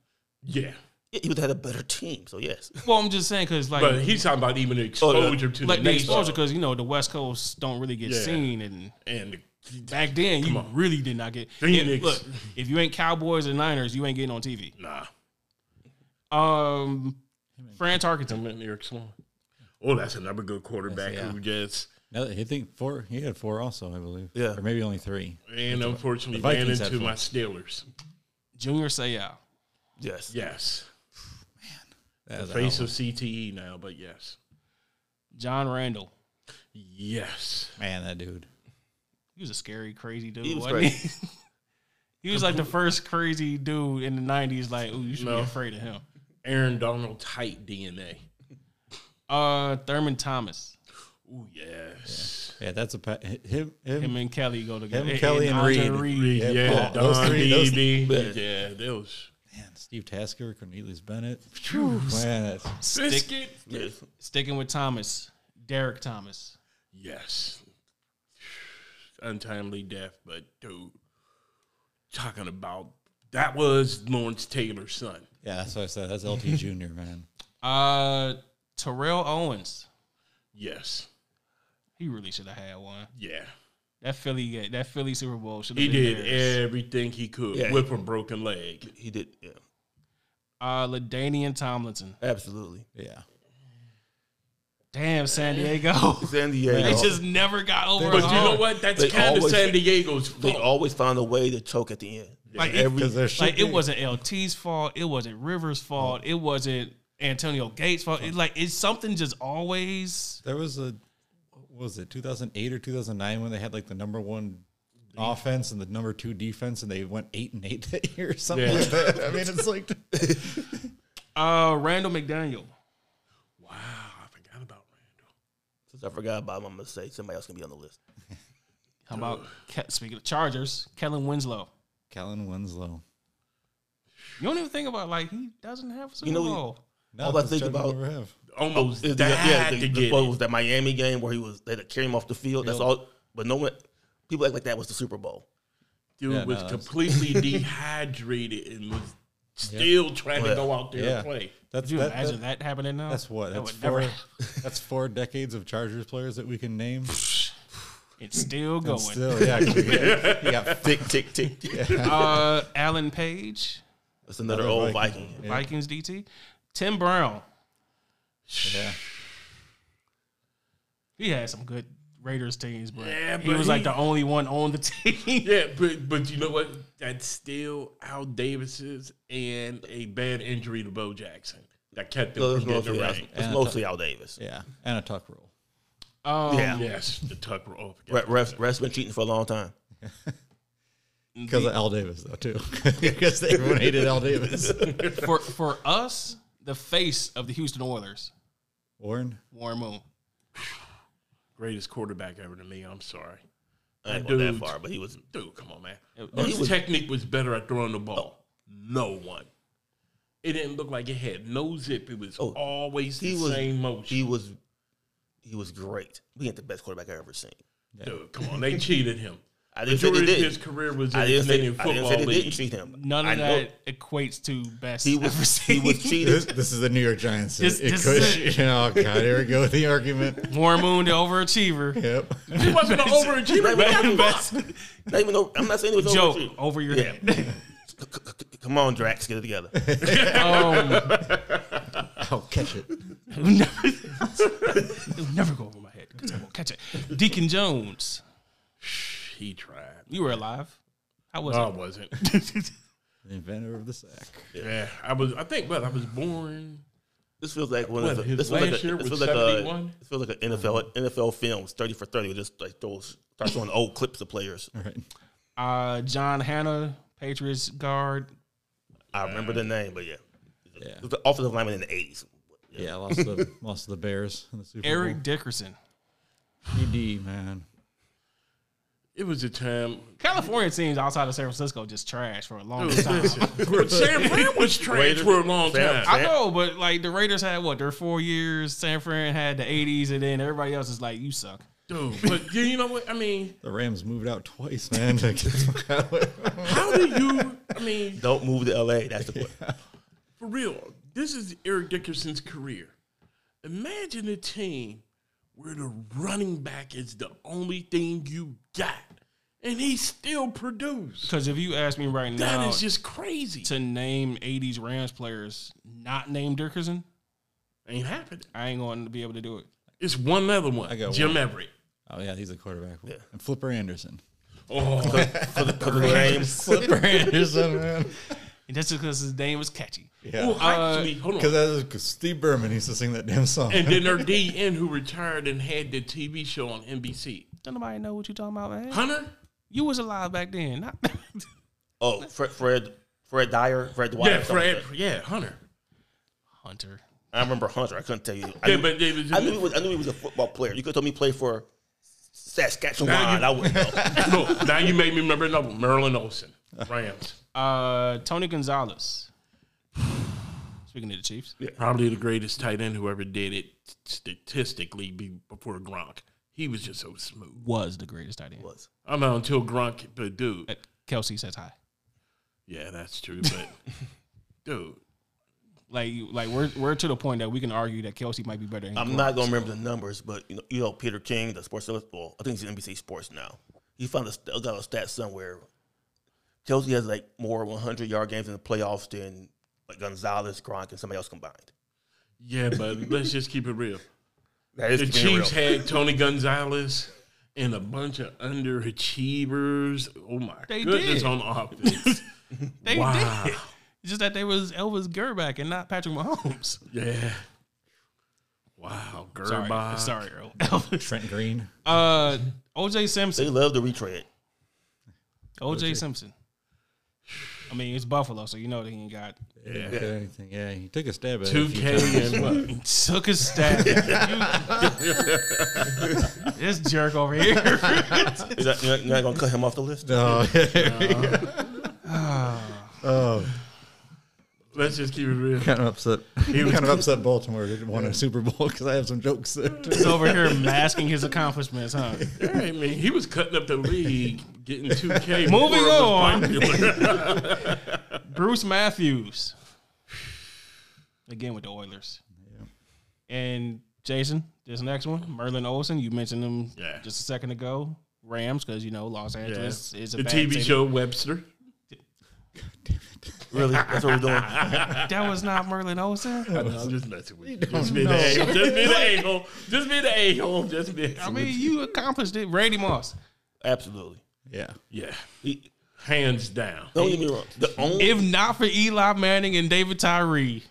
D: yeah.
B: Yeah, He would have had a better team. So yes,
A: Well, I'm just saying because like
D: But he's talking about
B: Oh,
D: even the exposure to
A: like
D: the,
A: the
D: nation.
A: exposure because you know the West Coast don't really get
D: Yeah.
A: seen, and
D: and the-
A: back then you really did not get.
D: Phoenix.
A: Yeah, look, if you ain't Cowboys and Niners, you ain't getting on TV.
D: nah,
A: Um, Fran Tarkenton,
D: I'm in Eric Swan. Oh, that's another good quarterback
C: yeah.
D: who just
C: No, I think four. He had four also, I believe.
B: Yeah.
C: Or maybe only three.
D: and unfortunately
C: the
D: ran
C: Vikings had
D: into
C: fun.
D: my Steelers.
A: Junior Seau,
B: yes,
D: Yes,
C: That was a
D: face
C: hell
D: of CTE now, but yes,
A: John Randall.
D: yes.
C: of- man, that dude.
A: He was a scary, crazy dude.
B: He was
A: wasn't He? he was like the first crazy dude in the '90s. Like, ooh, you should
D: No.
A: be afraid of him.
D: Aaron Donald tight DNA.
A: Uh, Thurman Thomas,
D: Oh yes,
C: Yeah, that's a pa- him. Him.
A: him and Kelly go together.
C: Him, Kelly, and
A: Andre
C: Reed.
D: yeah,
C: Yeah, Paul,
D: Don
C: those three- those-
D: Beebe. yeah, those
C: Man, Steve Tasker, Cornelius Bennett. Man, that's,
D: biscuit.
B: yes.
A: Sticking with Thomas, Derek Thomas.
D: Yes, untimely death, but dude, talking about that was Lawrence Taylor's son.
C: yeah, that's what I said. That's LT Junior, man.
A: Uh, Terrell Owens.
D: Yes,
A: He really should have had one.
D: yeah.
A: That Philly, that Philly Super Bowl should
D: He
A: have been
D: did
A: theirs.
D: everything he could
B: Yeah.
D: with a broken leg.
B: he did. Yeah,
A: Uh, Ladainian Tomlinson,
B: absolutely.
C: Yeah.
A: Damn, San Diego.
B: San Diego.
A: they just never got over
D: But
A: us
D: you know
A: hard.
D: what? That's
B: They
D: kind of
B: always-
D: San Diego's
B: they
D: fault.
B: always find a way to choke at the end.
A: Like, it,
E: Every,
A: like it wasn't LT's fault. It wasn't Rivers' fault. It wasn't Antonio Gates' fault. It, like it's something just always.
E: There was a what was it 2008 or 2009 when they had like the number one offense and the number two defense, and they went eight and eight that year or something like that. I mean, it's like
A: Uh, Randall McDaniel.
D: Wow, I forgot about Randall.
B: Since I forgot about my mistake, somebody else can be on the list.
A: How about Ke- speaking of Chargers, Kellen Winslow?
E: Callan Winslow.
A: You don't even think about like he doesn't have a Super
B: You know,
A: Bowl.
E: No,
B: All I
E: that's
B: think
E: Jordan
B: about-
E: Overhead.
D: Almost
B: Is the-
D: died
B: Oh, yeah, the,
D: to
B: the-
D: get
B: what
D: it.
B: was that Miami game where he was they had to carry him off the field. That's all. But no one, people act like that was the Super Bowl.
D: Dude
E: Yeah,
D: was
E: no, that's-
D: completely dehydrated and was still trying
B: Yeah.
D: to go out there
E: Yeah,
D: and play.
E: that's
A: Could you
E: that-
A: imagine
E: that-
A: that, happening now?
E: That's what.
A: That
E: That's
A: would never
E: four. that's four decades of Chargers players that we can name.
A: It's still going.
E: Still, yeah, yeah.
B: Tick tick tick.
A: uh, Alan Page,
B: That's another,
E: Another
B: old
E: Viking.
B: Viking.
A: Vikings DT, Tim Brown.
E: yeah.
A: He had some good Raiders teams, but,
D: Yeah,
A: he
D: but
A: was like
D: he-
A: the only one on the team.
D: Yeah, but but you know what? That's still Al Davis's and a bad injury to Bo Jackson that kept
B: So
D: him
B: it's
D: from getting
B: mostly,
D: the
B: Al,
D: ring.
B: it's mostly Al Davis.
E: Yeah, and a tuck rule.
A: Um,
B: Yeah.
D: Yes, the Tuck roll.
B: Re- Refs, refs been cheating for a long time.
E: Because of Al Davis, though, too. Because everyone hated Al Davis.
A: For for us, the face of the Houston Oilers,
E: Warren,
A: Warren Moon.
D: Greatest quarterback ever to me. I'm sorry.
B: I ain't
D: That
B: going that
D: dude.
B: far, but he was.
D: Dude, come on, man.
A: no,
D: His
B: he was-
D: technique was better at throwing the ball. No one. It didn't look like it had no zip. It was
B: Oh,
D: always the
B: he was-
D: same motion.
B: He was. He was great. He ain't the best quarterback I ever seen.
D: Dude, come on. They cheated him.
B: I didn't say they
D: Majority of
B: did.
D: his career was in
B: I didn't say,
D: Canadian
B: I didn't
D: football
B: say they didn't
D: league.
B: cheat him.
A: None
B: I
A: of
B: know-
A: that equates to best
B: He
A: ever
B: was. He
A: seen.
B: was cheating.
E: This, this is the New York Giants.
A: This-
E: it
A: this
E: could,
A: is it.
E: you know, oh, God, here we go with the argument.
A: Warren Moon, the overachiever.
E: Yep.
D: He wasn't an overachiever.
B: Right, right.
D: He got
A: Best
B: Not even over, I'm not saying it was
A: joke
B: overachieving.
D: Oh,
A: over your
B: Yeah.
A: head.
B: C- c- c- Come on, Drax, get it together.
A: Um,
E: I'll catch it.
A: it'll, never, it'll never go over my head because I won't catch it. Deacon Jones,
D: He tried.
A: you were alive. I was.
D: No, I
B: Oh.
A: not
D: wasn't.
E: The inventor of the sack.
D: Yeah, I was. I think, but I was born.
B: This feels like one of
D: What,
B: the.
D: his
B: This feels like,
D: last
B: a,
D: year
B: this
D: was
B: feels like a.
D: 71?
B: This feels like an NFL NFL films, thirty for thirty. Just like those starts showing old clips of players.
E: Right.
A: uh, John Hanna, Patriots guard.
B: I remember the name, but yeah,
E: Yeah.
B: It was the offensive lineman in the eighties.
E: Yeah, lost the lost to the Bears in the Super
A: Eric Dickerson.
E: Bowl. ED, man.
D: It was a time.
A: California teams outside of San Francisco just trash for a long
D: Dude,
A: time.
D: listen, Sam Fran was trash
B: Raiders-
D: for a long
B: Sam-
D: time.
A: I know, but like the Raiders had what their four years. San Fran had the '80s, and then everybody else is like, "You suck."
D: Dude, but you know what? I mean,
E: The Rams moved out twice, man. Like,
D: how do you? I mean,
B: Don't move to LA. That's the point.
D: for real, this is Eric Dickerson's career. Imagine a team where the running back is the only thing you got, and he still produced.
A: Because if you ask me right
D: That
A: now
D: is just crazy.
A: to name '80s Rams players, not named Dickerson,
D: Ain't happening.
A: I ain't going to be able to do it.
D: It's one other one.
E: I got
D: Jim
E: one.
D: Everett.
E: oh, yeah, he's a quarterback. And Flipper Anderson.
D: Oh,
B: For the, for the name,
E: Flipper Anderson, man.
A: And that's just because his name was catchy.
D: well,
E: Yeah.
D: actually, hold on.
E: Because that was 'cause Steve Berman used to sing that damn song.
D: Uh, and then their DN who retired and had the TV show on NBC.
A: Don't nobody know what you talking about, man.
D: Hunter,
A: You was alive back then. Not
B: oh Fred, Fred Fred Dyer, Fred Dwyer.
D: yeah,
B: something like
D: Fred,
B: that.
D: yeah, Hunter.
A: Hunter.
B: I remember Hunter. I couldn't tell you. I
D: Yeah,
B: knew-
D: but they was,
B: I knew he was. I knew he was a football player. You could tell me he played for Saskatchewan.
D: Now you-
B: I wouldn't know.
D: no, now you made me remember another one, Marilyn Olsen, Rams.
A: Uh, Tony Gonzalez. Speaking of the Chiefs,
D: Probably the greatest tight end who ever did it statistically be- before Gronk. He was just so smooth.
A: was the greatest tight end.
B: Was.
D: I'm not until Gronk, but dude,
A: Uh, Kelsey says hi.
D: yeah, that's true. But dude,
A: Like, you- like we're we're to the point that we can argue that Kelsey might be better. Than
B: I'm
A: Gronk.
B: not gonna remember the numbers, but you know, you know Peter King, the sports illust- well, I think he's NBC Sports now. He found a st- got a stat somewhere. Kelsey has like more 100 yard games in the playoffs than like Gonzalez, Gronk, and somebody else combined.
D: yeah, but let's just keep it real.
B: That is
D: the
B: keeping it
D: Chiefs
B: real.
D: had Tony Gonzalez and a bunch of underachievers. Oh my
A: They
D: goodness
A: did.
D: on offense.
A: They
D: Wow.
A: did. It's just that they was Elvis Gerback and not Patrick Mahomes.
D: yeah. Wow,
A: Sorry,
D: Gerbach.
A: sorry, Earl. Elvis.
E: Trent Green.
A: Uh, OJ Simpson.
B: They love the retread.
A: OJ Simpson. I mean, it's Buffalo, so you know that he ain't got
E: Yeah. Anything. Yeah, he took a stab at it. a
D: Two
E: few
D: K
E: times.
D: and what?
A: took a stab. You- this jerk over here.
B: Is that, you're not, you're not gonna cut him off the list?
E: No. oh,
D: Let's just keep it real.
E: kind of upset. He was kind of upset Baltimore didn't win a Super Bowl because I have some jokes there. too.
A: He's over here masking his accomplishments, huh?
D: Yeah, I mean, he was cutting up the league, getting two K.
A: Moving on. Bruce Matthews. Again with the Oilers. And Jason, this next one, Merlin Olsen. You mentioned him
D: Yeah.
A: just a second ago. Rams, because you know Los Angeles is a
D: the
A: bad
D: TV
A: city.
D: show Webster.
B: Really? That's what we're doing.
A: That was not Merlin Olsen.
D: I'm just messing with you. Just be the a Just be the a hole. Just be the a hole. Just be.
A: I mean, you accomplished it, Randy Moss.
B: Absolutely.
E: Yeah.
D: yeah,
B: He-
D: hands down.
B: don't get me wrong. The only
A: If not for Eli Manning and David Tyree,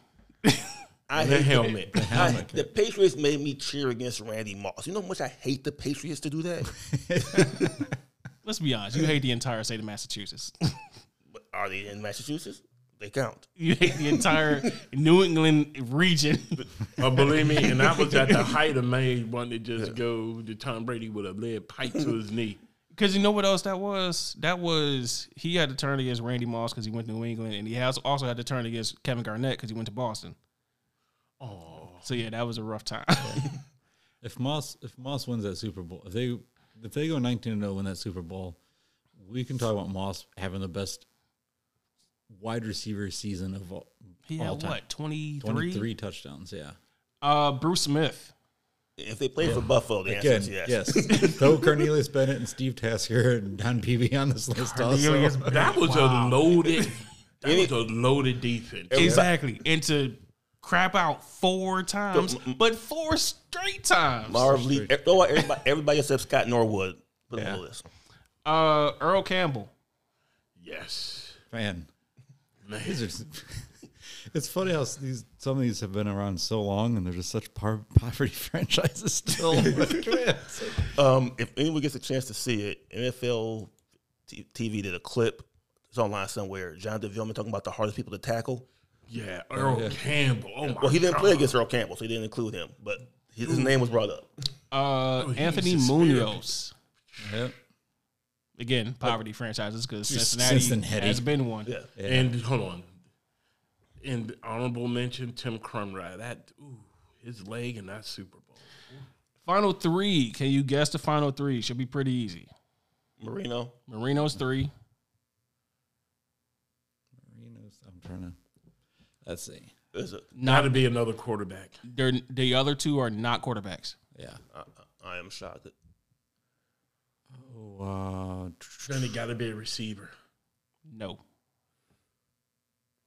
B: I
D: The
B: hate
D: helmet.
B: I- the Patriots made me cheer against Randy Moss. You know how much I hate the Patriots to do that.
A: let's be honest, you hate the entire state of Massachusetts.
B: but are they in Massachusetts? They count.
A: you hate the entire New England region.
D: Oh, believe me, and I was at the height of me wanting to just go to Tom Brady with a lead pipe to his knee.
A: Because you know what else that was? That was he had to turn against Randy Moss because he went to New England, and he has also had to turn against Kevin Garnett because he went to Boston. Oh, so yeah, that was a rough time.
C: If Moss if Moss wins that Super Bowl, if they if they go nineteen and zero win that Super Bowl, we can talk about Moss having the best wide receiver season of all,
A: he
C: all
A: had
C: time.
A: what twenty
C: Twenty
A: three?
C: three touchdowns. Yeah.
A: Uh, Bruce Smith.
B: If they play for Buffalo, the answer
E: Again,
B: is yes.
E: yes. Throw Cornelius Bennett and Steve Tasker and Don Peavy on this list
A: Cornelius
E: also.
D: That was a loaded. That was a loaded defense.
A: Exactly. And to crap out four times, but four straight times.
B: Marv Lee, throw out everybody, everybody except Scott Norwood. Put him on the list.
A: Uh, Earl Campbell.
D: Yes,
E: Man,
D: man.
E: these are. s- It's funny how s- these some of these have been around so long and they're just such par- poverty franchises still.
B: Um, if anyone gets a chance to see it, NFL t- TV did a clip. It's online somewhere. John DeVilleman talking about the hardest people to tackle.
D: Yeah, Earl Campbell. Oh my
B: Oh, Well, he didn't
D: God.
B: play against Earl Campbell, so he didn't include him. But his, his name was brought up.
A: Uh,
D: he's
A: Anthony
D: a spear.
A: Munoz.
E: Yep.
A: Again, poverty franchises because
E: Just
A: Cincinnati,
E: Cincinnati.
A: has been one.
B: Yeah,
D: And hold on. And honorable mention Tim Crumrad. That ooh, his leg in that Super Bowl.
A: Final three. Can you guess the final three? Should be pretty easy.
B: Marino.
A: Marino's three.
E: Marino's- I'm trying to. Let's see.
B: Is it?
D: Not to be another quarterback.
A: They're, the other two are not quarterbacks.
E: Yeah.
B: I, I- I am shocked.
E: Oh, uh,
D: Then it got to be a receiver.
A: No.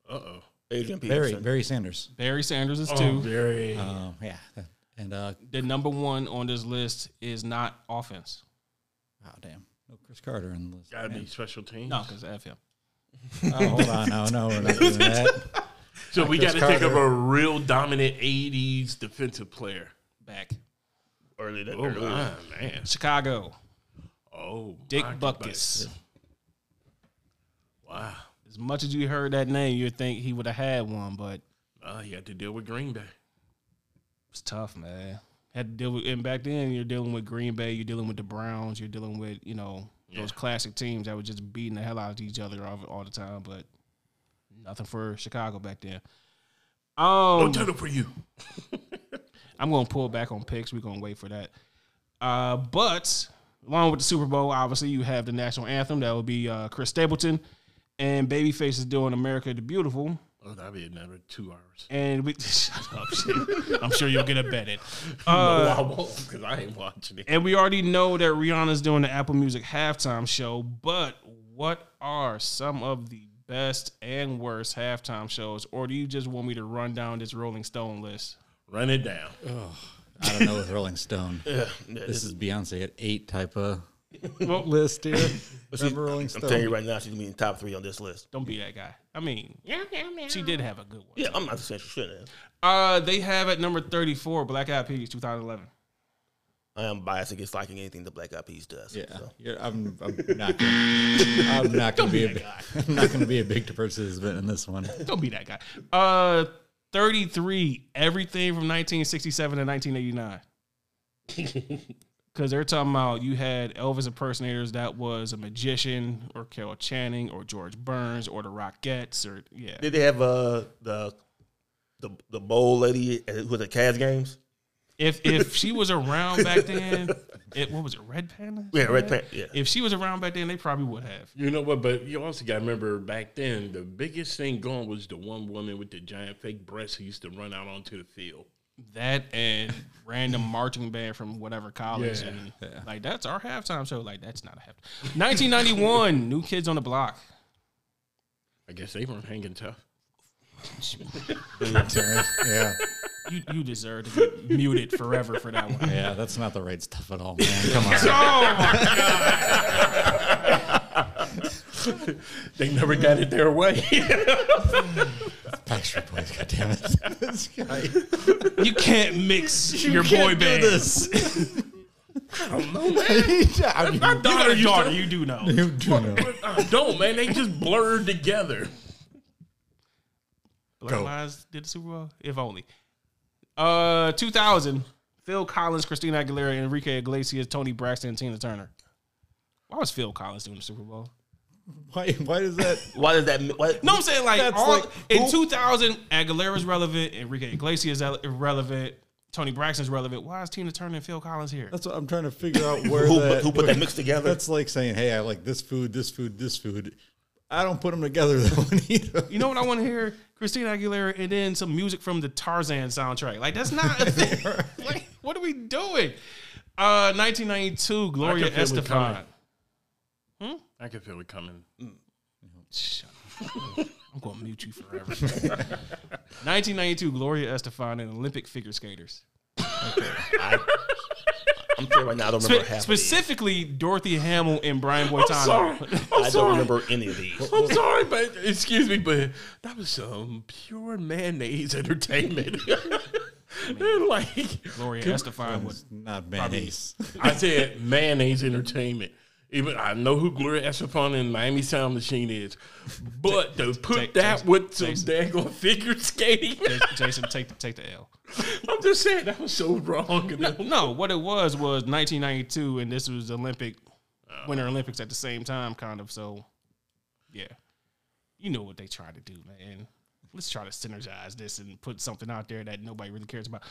D: Uh oh.
B: Adrian
E: Barry
B: Peterson.
E: Barry Sanders.
A: Barry Sanders is
D: Oh,
A: two.
D: very.
E: Um, yeah, that- and uh,
A: The number one on this list is not offense.
E: oh damn, no Chris Carter in the list.
D: got to
E: Man.
D: be special teams.
A: No, because F him.
E: Oh, hold on, no, no, we're not doing that.
D: So we got
E: Chris
D: to think of
E: Carter.
D: a real dominant '80s defensive player.
A: Back.
B: Early that
D: Oh
B: early.
D: my man.
A: Chicago.
D: Oh,
A: Dick
D: my
A: Buckus.
D: goodness. Wow.
A: As much as you heard that name, you'd think he would have had one, but
D: Oh, you had to deal with Green Bay.
A: It's tough, man. Had to deal with, and back then you're dealing with Green Bay, you're dealing with the Browns, you're dealing with you know those classic teams that were just beating the hell out of each other all, all the time. But nothing for Chicago back then.
D: No
A: Um,
D: title for you.
A: I'm gonna pull back on picks. We're gonna wait for that. Uh, but along with the Super Bowl, obviously you have the national anthem. That would be uh, Chris Stapleton, and Babyface is doing "America the Beautiful."
D: Oh, that'd be another two hours.
A: And we shut up, shit. I'm sure you'll get a bet in.
D: no, I won't because I ain't watching it.
A: And we already know that Rihanna's doing the Apple Music halftime show, but what are some of the best and worst halftime shows? Or do you just want me to run down this Rolling Stone list?
D: Run it down.
F: I don't know with Rolling Stone.
B: Yeah, yeah,
F: This is Beyonce at eight type of
A: Well,
F: list here.
B: she-
C: Remember Rolling
B: I'm telling
C: Stone?
B: you right now, she's gonna be in top three on this list.
A: don't be that guy. I mean, she did have a good one.
B: Yeah, I'm not saying she shouldn't. Have.
A: Uh, they have at number 34 Black Eyed Peas 2011.
B: I am biased against liking anything the Black Eyed Peas does.
F: Yeah.
B: so.
C: You're, I'm, I'm not. Gonna, I'm not going to be. a bi- I'm not going to be a big participant in this one.
A: Don't be that guy. Uh, 33 Everything from 1967 to 1989. Because they're talking about you had Elvis impersonators that was a magician or Carol Channing or George Burns or the Rockettes or, yeah.
B: Did they have uh the the the bowl lady at- with the Cavs games?
A: If if she was around back then, it, what was it, Red Panda?
B: Yeah, Red Pan. Yeah,
A: If she was around back then, they probably would have.
D: You know what? But you also got to remember back then, the biggest thing going was the one woman with the giant fake breasts who used to run out onto the field.
A: That and random marching band from whatever college.
D: Yeah.
A: And, Like, that's our halftime show. Like, that's not a halftime. 1991, New Kids on the Block.
D: I guess they weren't hanging tough.
C: Yeah,
A: You, you deserve to get muted forever for that one.
C: yeah. That's not the right stuff at all, man. Come on.
A: Oh, my-
D: They never got it their way.
C: Backstreet Boys, goddammit. this guy.
A: you can't mix your boy band.
C: I mean,
A: You got a daughter, you do know.
C: you do know.
D: I don't, man. They just blurred together.
A: Black Lives did the Super Bowl, if only. Uh, 2000, Phil Collins, Christina Aguilera, Enrique Iglesias, Tony Braxton, and Tina Turner. Why was Phil Collins doing the Super Bowl?
C: Why, why does that?
B: Why does that? m- Why,
A: No, I'm saying like,
C: That's
A: all,
C: like,
A: in
C: who-
A: 2000, Aguilera's relevant, Enrique Iglesias is irrelevant, Tony Braxton's relevant. Why is Tina Turner and Phil Collins here?
C: That's what I'm trying to figure out where
B: who,
C: that,
B: put, who put that mix together?
C: That's like saying, hey, I like this food, this food, this food. I don't put them together that one either.
A: You know what I want to hear? Christina Aguilera and then some music from the Tarzan soundtrack. Like that's not a thing. like what are we doing? Uh 1992, Gloria
D: I can feel it coming.
A: Estefan.
D: I could feel it coming.
A: Shut up. I'm going to mute you forever. 1992, Gloria Estefan and Olympic figure skaters.
B: I'm saying right now, I don't
A: Spe-
B: remember half.
A: specifically, Dorothy Hamill and Brian Boitano.
D: Sorry.
B: of
D: I'm
B: these. I don't
D: sorry.
B: remember any of these.
D: I'm sorry, but excuse me, but that was some pure mayonnaise entertainment. And, like
A: Gloria Estefan was.
C: It's not mayonnaise.
D: I said, mayonnaise entertainment. Even I know who Gloria Estefan and Miami Sound Machine is, but to put
A: take-
D: that
A: take-
D: with some
A: take-
D: daggone figure skating,
A: Jason, take the, take the L.
D: I'm just saying that was so wrong. And then-
A: No, what it was was 1992, and this was Olympic Winter Olympics at the same time, kind of. So, yeah, you know what they try to do, man. Let's try to synergize this and put something out there that nobody really cares about.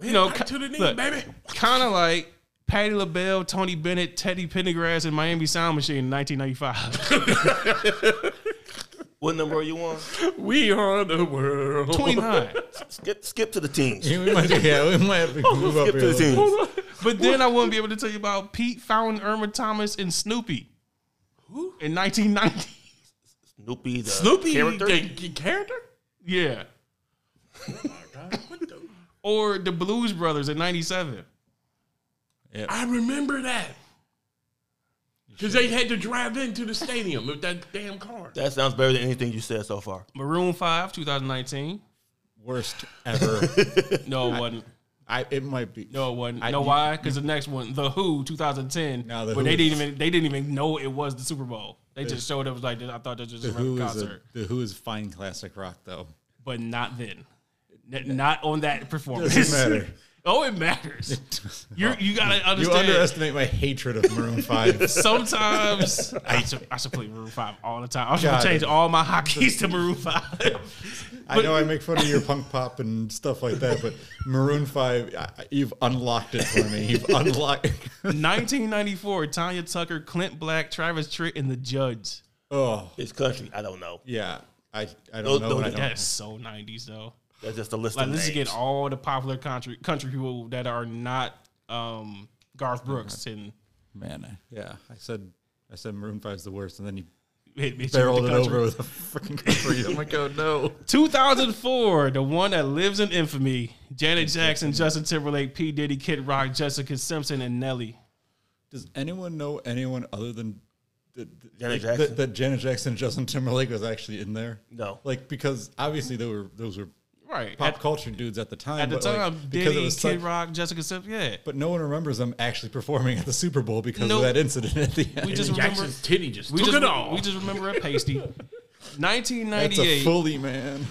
A: You know,
D: Back to the knee,
A: look,
D: baby.
A: kind of like Patti LaBelle, Tony Bennett, Teddy Pendergrass, and Miami Sound Machine in 1995.
B: What number are you on?
D: We are the world.
A: 29.
B: Skip, skip to the teams.
C: Yeah, we might, yeah, we might have to move up
B: Skip
C: here.
B: to the
C: a little.
B: teams.
A: But then I wouldn't be able to tell you about Pete Fountain, Irma Thomas, and Snoopy. Who? In 1990.
B: Snoopy, the
D: Snoopy
B: character.
D: the- the character?
A: Yeah.
D: What the-
A: or the Blues Brothers in '97.
D: I remember that. Because they had to drive into the stadium with that damn car.
B: that sounds better than anything you said so far.
A: Maroon Five, 2019.
C: Worst ever.
A: No, it wasn't.
C: I, it might be.
A: No, it wasn't.
C: I-
A: know
C: you-
A: why? Because the next one, The Who, 2010.
C: No, The
A: but
C: Who
A: they didn't
C: is-
A: even they didn't even know it was the Super Bowl. They just showed up was like I thought this was
C: the
A: just a regular
C: Who is a,
A: concert,
C: the Who is fine classic rock though.
A: but not then, N- not on that performance.
C: Doesn't matter.
A: oh, it matters. You you gotta
C: You
A: understand.
C: underestimate my hatred of Maroon Five.
A: Sometimes I should, I should play Maroon Five all the time. I'm gonna
C: God.
A: change all my hotkeys to Maroon Five.
C: I know I make fun of your punk pop and stuff like that, but Maroon Five, I, I- you've unlocked it for me. You've unlocked.
A: 1994, Tanya Tucker, Clint Black, Travis Tritt, and The Judge.
C: oh
B: It's country. I don't know.
C: yeah, I I
B: Those-
C: don't know. What I
B: those-
C: don't.
A: That's
C: Uh-huh.
A: so 90s, though.
B: That's just a list
A: Like,
B: of
A: let's
B: names.
A: just get all the popular country country people that are not um,
C: Uh-huh.
A: Garth Brooks and
F: man. I-
C: Yeah, I said I said Maroon Five's the worst, and then you
A: hit me.
C: barreled it over with a freaking referee. I'm like, oh no.
A: 2004, the one that lives in infamy. Janet Jackson, Justin Timberlake, P. Diddy, Kid Rock, Jessica Simpson, and Nelly.
C: Does anyone know anyone other than th- th-
B: Janet
C: that-
B: Jackson?
C: That Janet Jackson, and Justin Timberlake was actually in there?
B: No.
C: like because obviously they were those were
A: Right.
C: pop
A: At,
C: culture dudes at the time.
A: at the
C: but, like,
A: time,
C: because
A: Diddy,
C: it
A: Kid
C: was such-
A: Rock, Jessica Simpson. Yeah.
C: But no one remembers them actually performing at the Super Bowl because
A: Nope.
C: of that incident at the end.
A: We just remember.
D: Jackson's titty just
A: We
D: took
A: just,
D: it all.
A: we just remember a pasty.
C: That's a
A: 1998.
C: fully man.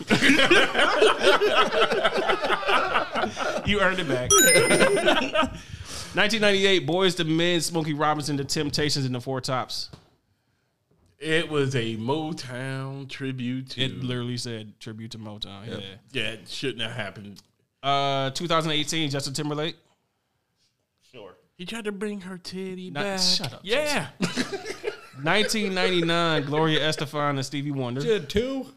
A: You earned it back. 1998, Boys to Men, Smokey Robinson, The Temptations, and The Four Tops.
D: it was a Motown tribute to
A: It literally said tribute to Motown. Yeah.
D: that shouldn't have happened.
A: Uh, 2018, Justin Timberlake.
D: Sure. He tried to bring her titty
A: Not-
D: back.
A: shut up,
D: Yeah.
A: 1999, Gloria Estefan and Stevie Wonder.
C: Did too.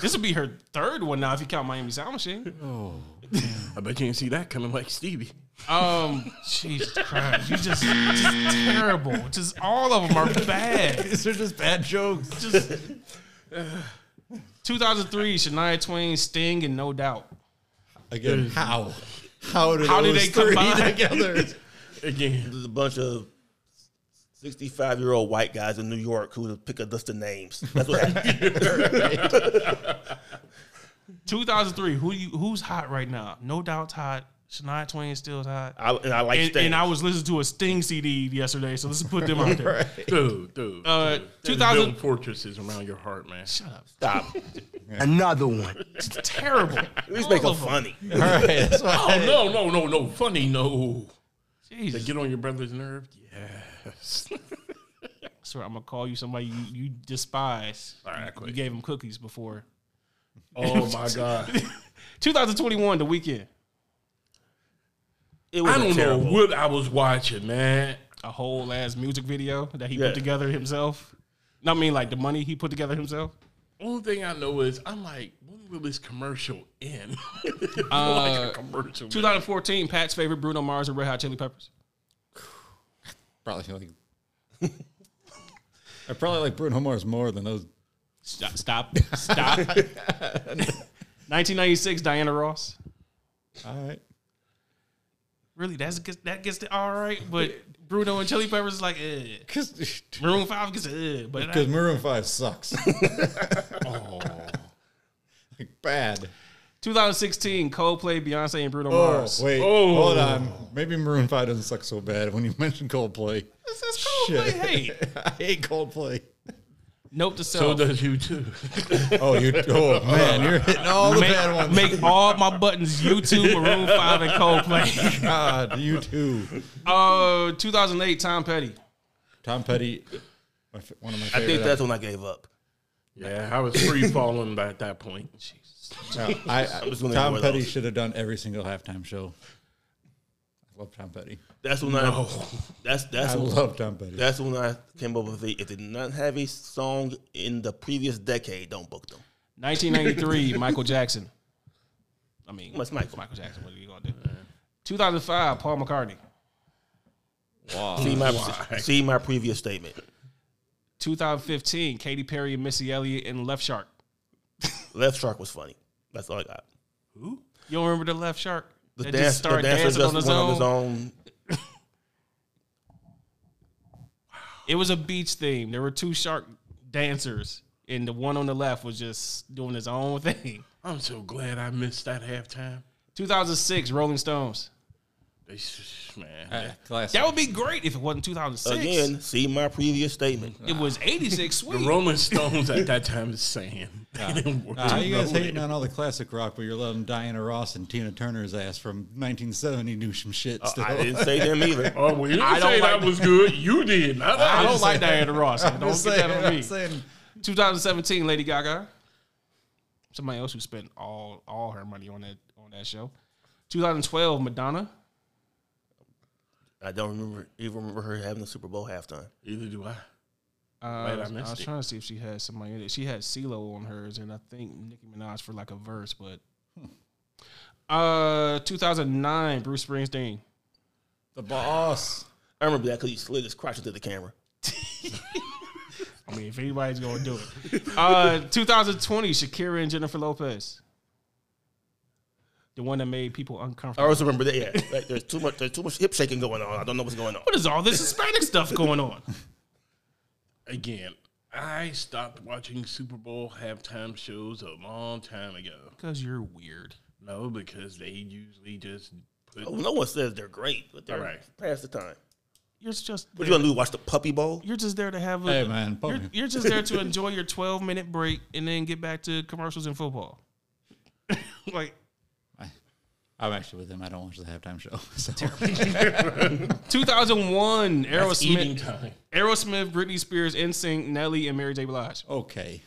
A: This would be her third one now if you count Miami Sound Machine.
D: I bet you didn't see that coming like Stevie.
A: Um, Jesus Christ, you just just terrible. Just all of them are bad.
C: These are just bad jokes.
A: Just 2003, Shania Twain, Sting, and No Doubt.
C: Again, how? How did
A: How
C: those
A: did they
C: three
A: combine?
C: together?
D: Again.
B: There's a bunch of 65 year old white guys in New York who pick a list of names. That's what happened.
A: 2003, who you who's hot right now? No Doubt's hot. Shania Twain's still hot.
B: I, and I like
A: And,
B: Sting.
A: and I was listening to a Sting CD yesterday, so let's put them out there.
D: Dude, dude.
A: Uh,
D: dude. There's
A: 2000
D: built fortresses around your heart, man.
A: Shut up.
B: Stop.
G: Another one.
A: It's terrible.
B: At least
A: All
B: make them
A: of 'em.
B: funny.
C: All right, that's why.
D: Oh no, no, no, no. Funny, no.
A: Jesus.
D: To get on your brother's nerve? Yes.
A: Sir, I'm gonna call you somebody you, you despise.
D: All right, I
A: You
D: quit.
A: gave him cookies before.
D: Oh my God.
A: 2021, the weekend.
B: It was
D: I don't
B: terrible.
D: know what I was watching, man.
A: A whole ass music video that he
B: Yeah.
A: put together himself. No, I mean like the money he put together himself.
D: Only thing I know is I'm like, when will this commercial end? like
B: Oh
A: Uh,
D: a commercial.
A: 2014, Pat's favorite Bruno Mars and Red Hot Chili Peppers.
C: Probably like. I probably like Bruno Mars more than those.
A: Stop. Stop. stop. 1996, Diana Ross.
C: All right.
A: Really, that's gets- that gets the all right, but Bruno and Chili Peppers is like, eh.
C: Because
A: Maroon Five gets eh, but
C: Because Maroon Five sucks. like bad.
A: 2016, Coldplay, Beyonce, and Bruno
C: Oh
A: Mars.
C: wait,
D: Oh.
C: hold on. Maybe Maroon Five doesn't suck so bad. When you mention Coldplay,
A: This is Coldplay.
C: Shit.
A: Hey,
C: I hate Coldplay.
A: nope to self.
D: so does you too.
C: Oh, you. Oh man, you're hitting all the
A: make,
C: bad ones.
A: make all my buttons YouTube, Maroon 5, and Coldplay.
C: God, you too.
A: Uh, 2008, Tom Petty.
C: Tom Petty, my, fa- one of my
B: I
C: favorite.
B: think that's when I gave up.
D: yeah, I was free falling by that point.
C: No, I, I-
B: just gonna
C: Tom
B: ignore
C: Petty
B: those.
C: should have done every single halftime show. I love Tom Petty.
B: That's when I. That's that's
C: I
B: when,
C: love Tom Petty.
B: that's when I came up with it. If they did not have a song in the previous decade, don't book them.
A: 1993, Michael Jackson. I mean,
B: What's Michael?
A: Michael Jackson. What are you going to do? 2005, Paul McCartney.
B: See my see my previous statement.
A: 2015, Katy Perry and Missy Elliott and Left Shark.
B: Left Shark was funny. That's all I got.
A: You don't remember the Left Shark?
B: The,
A: That
B: dance, the dancer just went on his own.
A: It was a beach theme. There were two shark dancers, and the one on the left was just doing his own thing.
D: I'm so glad I missed that halftime.
A: 2006, Rolling Stones.
D: They, s- man,
H: Ah, classic.
A: That would be great if it wasn't 2006.
B: Again, see my previous statement.
A: It was 86.
D: the
A: Sweet.
D: Rolling Stones at that time is saying.
C: Nah, how you guys hating on all the classic rock, but you're letting Diana Ross and Tina Turner's ass from 1970 do some
A: Uh,
C: shit still?
B: I didn't say them either.
D: Oh, well, you didn't
A: I don't
D: say
A: like-
D: that was good. You did. Not
A: I
D: I.
A: don't like Diana Ross. Don't
C: I'm
A: get
C: just saying,
A: that on
C: I'm
A: me.
C: saying
A: 2017, Lady Gaga. Somebody else who spent all all her money on that on that show. 2012, Madonna.
B: I don't remember even remember her having a Super Bowl halftime.
D: Either do I.
A: Uh,
D: I
A: I,
D: missed
A: was
D: it.
A: trying to see if she had somebody in it. She had CeeLo on hers, and I think Nicki Minaj for like a verse, but. Uh, 2009, Bruce Springsteen.
C: the boss.
B: I remember that because he slid his crotch into the camera.
A: I mean, if anybody's going to do it. Uh, 2020, Shakira and Jennifer Lopez. The one that made people
B: I
A: uncomfortable.
B: also remember that. Yeah, like, there's too much. There's too much hip shaking going on. I don't know what's going on.
A: What is all this Hispanic stuff going on?
D: Again, I stopped watching Super Bowl halftime shows a long time ago.
A: Because you're weird.
D: No, because they usually just put
B: Oh, no one says they're great, but they're
D: All right.
B: past the time.
A: You're just
B: What you gonna do? Watch the Puppy Bowl?
A: you're just there to have a
C: Hey, man,
A: You're,
C: Puppy.
A: you're just there to enjoy your 12 minute break and then get back to commercials and football. like
I: I'm actually with him. I don't watch the halftime show. So.
A: 2001,
D: eating
A: Aerosmith,
D: time.
A: Aerosmith, Britney Spears, NSYNC, Nelly, and Mary J. Blige.
C: Okay.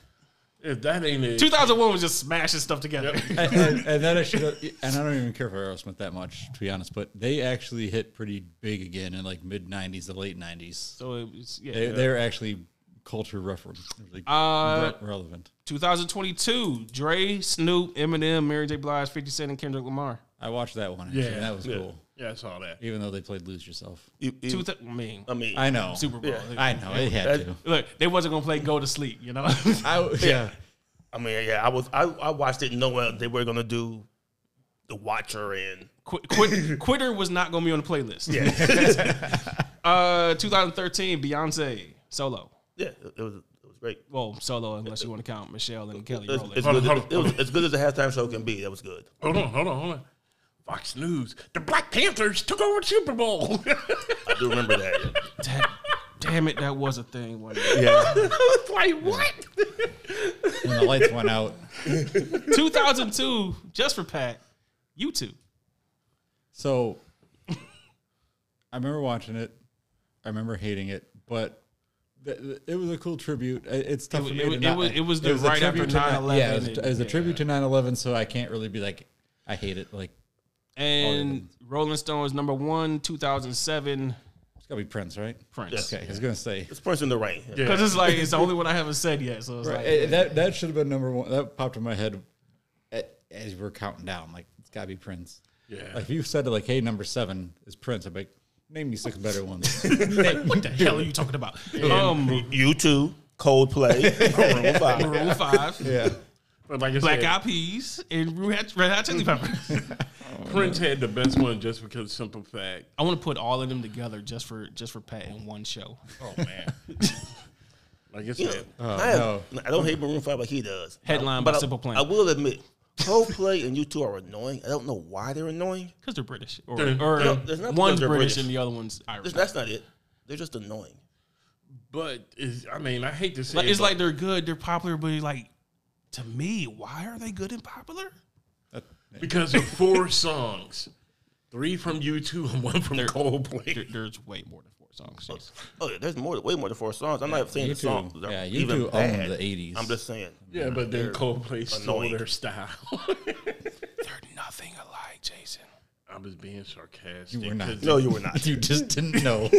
D: If that ain't it,
A: 2001 was just smashing stuff together.
C: and, and, and that I should, and I don't even care for Aerosmith that much, to be honest. But they actually hit pretty big again in like mid '90s, the late '90s.
A: so it was, yeah.
C: They, They're actually culture reference, like
A: Uh,
C: re- relevant.
A: 2022, Dre, Snoop, Eminem, Mary J. Blige, 50 Cent, and Kendrick Lamar.
C: I watched that one. Actually,
D: Yeah,
C: and that was cool.
D: yeah, I saw that.
C: Even though they played "Lose Yourself,"
B: You- you-
A: Two thou- I mean,
B: I mean,
C: I know.
A: Super Bowl.
C: I know it had to.
A: Look, they wasn't gonna play "Go to Sleep," you know.
C: I w- yeah.
B: I mean, yeah, I was, I, I watched it knowing they were gonna do the Watcher and
A: Qu- quit, quitter was not gonna be on the playlist.
B: yeah,
A: Uh, 2013, Beyonce solo.
B: yeah, it was, it was great.
A: Well, solo unless you want to count Michelle and Kelly
B: It's,
A: Rowland.
B: it's
D: Hold on,
B: good,
D: hold on,
B: it was as good as a halftime show can be. That was good.
D: Hold on, hold on, hold on. Fox News: The Black Panthers took over the Super Bowl.
B: I do remember that.
A: That- damn it, that was a thing. wasn't it?
C: yeah.
D: it's like what?
C: And the lights went out.
A: 2002, just for Pat, YouTube.
C: So I remember watching it. I remember hating it, but th- th- it was a cool tribute. I- It's tough
A: It
C: for
A: wa-
C: me
A: it
C: to
A: wa-
C: not-
A: it was- it was the
C: a
A: right after
C: tribute to
A: 9/11
C: Yeah, it was,
A: and-
C: it was a
A: yeah.
C: tribute to 9/11, so I can't really be like, I hate it. Like
A: And Rolling Stones number one, 2007,
C: it's gotta be Prince, right?
A: Prince.
C: Okay, I was gonna say
B: It's Prince in the Rain. Yeah.
A: Because it's like, it's the only one I haven't said yet. So it's
C: Right,
A: like,
C: eh, that that should have been number one. That popped in my head a- as we're counting down. Like it's gotta be Prince.
D: Yeah.
C: Like if you said it like, hey, number seven is Prince, I'd be like, name me six better ones. Name-
A: what the hell are you talking about? Um,
B: You two, Coldplay,
C: Oh,
B: Maroon Five.
A: Maroon 5,
C: yeah.
D: But like I
A: Black
D: said,
A: Eyed Peas, and Red Hot- Red Hot Chili Peppers.
D: Prince had the best one just because simple fact.
A: I want to put all of them together just for just for Pat in one show.
D: Oh man. like I
B: You know,
D: said,
B: I, have, I don't hate Maroon Five like he does.
A: Headline
B: but
A: by
B: I,
A: Simple Plan.
B: I will admit, Coldplay and you two are annoying. I don't know why they're annoying.
A: Because they're British. Or,
D: They're-
A: or
B: No, there's not
A: one's
B: because
A: British,
B: they're British.
A: and the other one's Irish.
B: That's not it. They're just annoying.
D: but it's, I mean, I hate to say
A: Like,
D: it,
A: it's
D: but
A: like they're good, they're popular, but like, to me, why are they good and popular?
D: because of four songs, three from you two and one from
A: There,
D: Coldplay.
A: there's way more than four songs. Jeez.
B: Oh yeah, there's more, way more than four songs. I'm not saying
C: You
B: the songs.
C: two,
B: are
C: yeah, you
B: even
C: two
B: bad.
C: own the '80s.
B: I'm just saying.
D: Yeah, but then Coldplay stole
B: annoying.
D: their style.
A: They're nothing alike, Jason.
D: I was being sarcastic.
C: You were not.
D: 'cause
B: No, you were not.
C: you just didn't know.